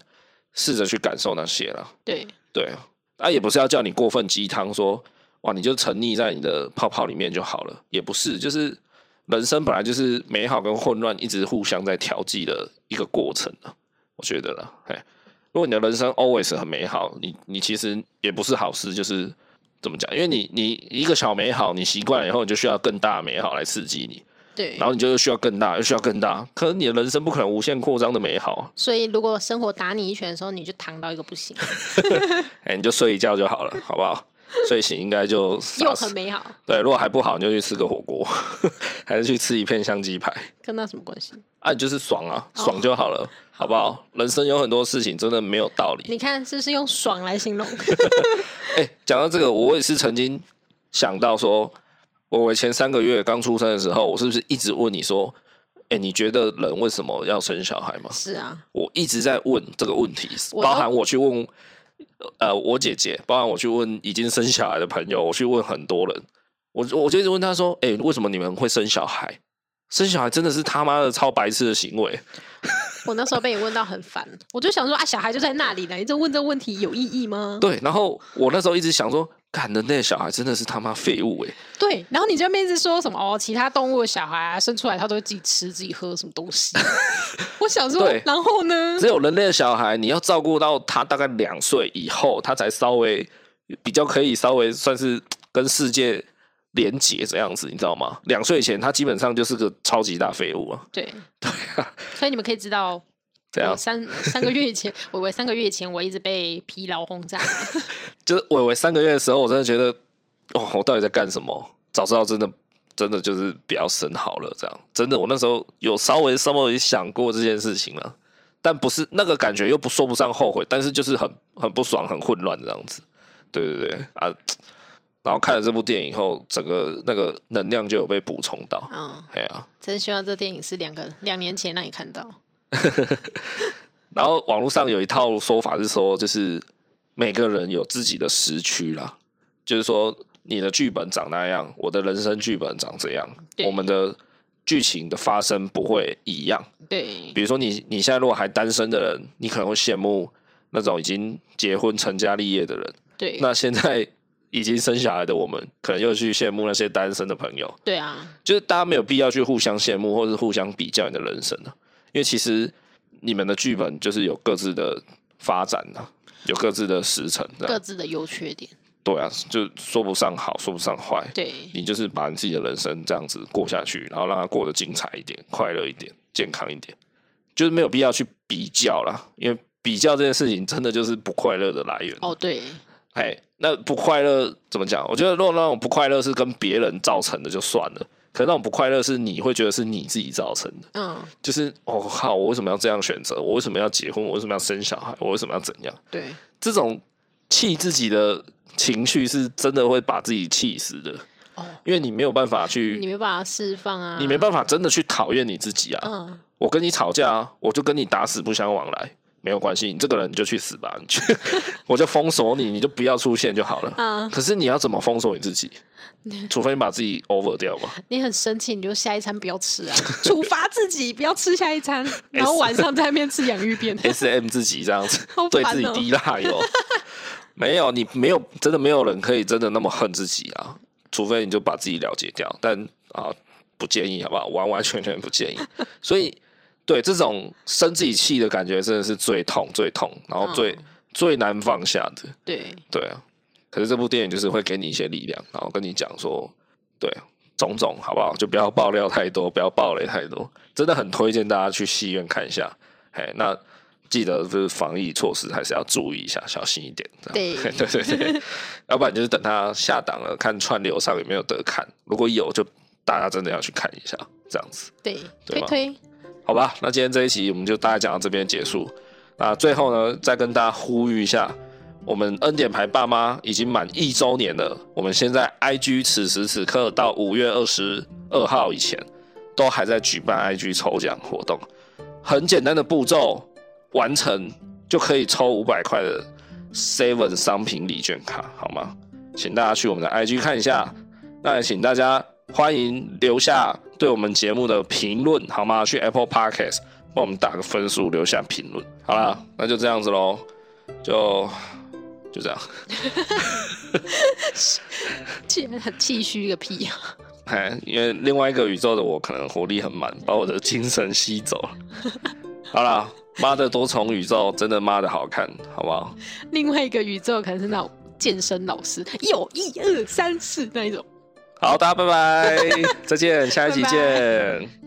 Speaker 1: 试着去感受那些了。
Speaker 2: 对，
Speaker 1: 对啊，那、也不是要叫你过分鸡汤说哇，你就沉溺在你的泡泡里面就好了，也不是，就是人生本来就是美好跟混乱一直互相在调剂的一个过程啊，我觉得啦，嘿，如果你的人生 always 很美好，你你其实也不是好事，就是怎么讲？因为你你一个小美好，你习惯了以后，你就需要更大的美好来刺激你，
Speaker 2: 对
Speaker 1: 然。后你就需要更大，又需要更大，可是你的人生不可能无限扩张的美好啊，
Speaker 2: 所以，如果生活打你一拳的时候，你就躺到一个 不行，
Speaker 1: 哎、你就睡一觉就好了，好不好？睡醒应该就
Speaker 2: 又
Speaker 1: 傻死
Speaker 2: 很美好，
Speaker 1: 对，如果还不好，你就去吃个火锅， 还是去吃一片香鸡排，
Speaker 2: 跟那什么关系？
Speaker 1: 啊，你就是爽啊，爽就好了，好不好？人生有很多事情真的没有道理。
Speaker 2: 你看，是不是用爽来形容？
Speaker 1: 哎、讲到这个，我也是曾经想到说，我前三个月刚出生的时候，我是不是一直问你说，哎、你觉得人为什么要生小孩吗？
Speaker 2: 是啊，
Speaker 1: 我一直在问这个问题，
Speaker 2: 我都
Speaker 1: 包含我去问，呃，我姐姐，包含我去问已经生小孩的朋友，我去问很多人，我我就一直问他说，哎、为什么你们会生小孩？生小孩真的是他妈的超白痴的行为，
Speaker 2: 我那时候被你问到很烦，我就想说啊，小孩就在那里呢，你这问这问题有意义吗？
Speaker 1: 对。然后我那时候一直想说，看人类的小孩真的是他妈废物哎、
Speaker 2: 对，然后你这边一直说什么哦，其他动物的小孩啊，生出来他都会自己吃自己喝什么东 西。我想说
Speaker 1: 对，
Speaker 2: 然后呢？
Speaker 1: 只有人类的小孩，你要照顾到他大概两岁以后，他才稍微比较可以稍微算是跟世界连结这样子，你知道吗？两岁以前，他基本上就是个超级大废物啊。
Speaker 2: 对对 啊所以你们可以知道，
Speaker 1: 这
Speaker 2: 我
Speaker 1: 样
Speaker 2: 三三个月以前， 我以为三个月以前我一直被疲劳轰炸。
Speaker 1: 就是伟伟三个月的时候，我真的觉得，哦，我到底在干什么？早知道真的真的就是不要生好了，这样真的，我那时候有稍微稍微想过这件事情了，但不是那个感觉又不说不上后悔，但是就是很很不爽、很混乱这样子。对对对啊，然后看了这部电影以后，整个那个能量就有被补充到。
Speaker 2: 嗯，
Speaker 1: 哎呀、
Speaker 2: 真希望这电影是两个两年前让你看到。
Speaker 1: 然后网络上有一套说法是说，就是每个人有自己的时区啦，就是说你的剧本长那样，我的人生剧本长这样，
Speaker 2: 对
Speaker 1: 我们的剧情的发生不会一样。
Speaker 2: 对
Speaker 1: 比如说你你现在如果还单身的人，你可能会羡慕那种已经结婚成家立业的人，
Speaker 2: 对
Speaker 1: 那现在已经生小孩的我们，可能又去羡慕那些单身的朋友。
Speaker 2: 对啊，
Speaker 1: 就是大家没有必要去互相羡慕或是互相比较你的人生啊，因为其实你们的剧本就是有各自的发展啊，有各自的时辰
Speaker 2: 各
Speaker 1: 的，
Speaker 2: 自的优缺点。
Speaker 1: 对啊，就说不上好，说不上坏，
Speaker 2: 对
Speaker 1: 你就是把你自己的人生这样子过下去，然后让它过得精彩一点、快乐一点、健康一点，就是没有必要去比较啦，因为比较这件事情真的就是不快乐的来源。
Speaker 2: 哦对
Speaker 1: 哎，那不快乐怎么讲？我觉得如果那种不快乐是跟别人造成的就算了，可是那种不快乐是你会觉得是你自己造成的，
Speaker 2: 嗯
Speaker 1: 就是哦靠，我为什么要这样选择？我为什么要结婚？我为什么要生小孩？我为什么要怎样？
Speaker 2: 对。
Speaker 1: 这种气自己的情绪是真的会把自己气死的，
Speaker 2: 哦
Speaker 1: 因为你没有办法
Speaker 2: 你
Speaker 1: 去，
Speaker 2: 没办法释放啊！
Speaker 1: 你没办法真的去讨厌你自己啊。
Speaker 2: 嗯，
Speaker 1: 我跟你吵架啊，我就跟你打死不相往来，没有关系，你这个人你就去死吧，你 去，我就封锁你，你就不要出现就好了。
Speaker 2: 嗯
Speaker 1: 可是你要怎么封锁你自己？除非你把自己 over 掉 嘛。
Speaker 2: 你很生气，你就下一餐不要吃啊， 处罚自己不要吃下一餐，然后晚上在那边吃洋芋片。
Speaker 1: S M 自己这样子
Speaker 2: 好，
Speaker 1: 对
Speaker 2: 烦
Speaker 1: 自己
Speaker 2: 哦
Speaker 1: 滴蜡 油。没有，你没有，真的没有人可以真的那么恨自己啊，除非你就把自己了解掉。但啊，不建议，好不好？完完全全不建 议。所以，对这种生自己气的感觉，真的是最痛、最痛，然后最、
Speaker 2: 嗯
Speaker 1: 最难放下的。
Speaker 2: 对，
Speaker 1: 对啊，可是这部电影就是会给你一些力量，然后跟你讲说，对，种种好不好？就不要爆料太多，不要爆雷太多，真的很推荐大家去戏院看一下。嘿，那记得就是防疫措施还是要注意一下，小心一点。这样
Speaker 2: 对
Speaker 1: 对对对，要不然就是等它下档了，看串流上有没有得看，如果有就大家真的要去看一下，这样子。
Speaker 2: 对，
Speaker 1: 对
Speaker 2: 推
Speaker 1: 吧
Speaker 2: 推，
Speaker 1: 好吧，那今天这一期我们就大概讲到这边结束。那最后呢，再跟大家呼吁一下，我们恩典牌爸妈已经满一周年了。我们现在 IG 此时此刻到五月二十二号以前，都还在举办 IG 抽奖活动，很简单的步骤完成就可以抽五百块的 Seven 商品礼券卡，好吗？请大家去我们的 IG 看一下。那也请大家欢迎留下对我们节目的评论，好吗？去 Apple Podcast 帮我们打个分数，留下评论。好啦，那就这样子喽，就就这样。
Speaker 2: 竟然很气虚个屁啊！
Speaker 1: 哎，因为另外一个宇宙的我可能活力很满，把我的精神吸走 了。好啦，妈的多重宇宙真的妈的好看，好不好？
Speaker 2: 另外一个宇宙可能是那种健身老师，有一二三四那一种。
Speaker 1: 好，大家拜拜，再见，下一集
Speaker 2: 拜拜
Speaker 1: 见。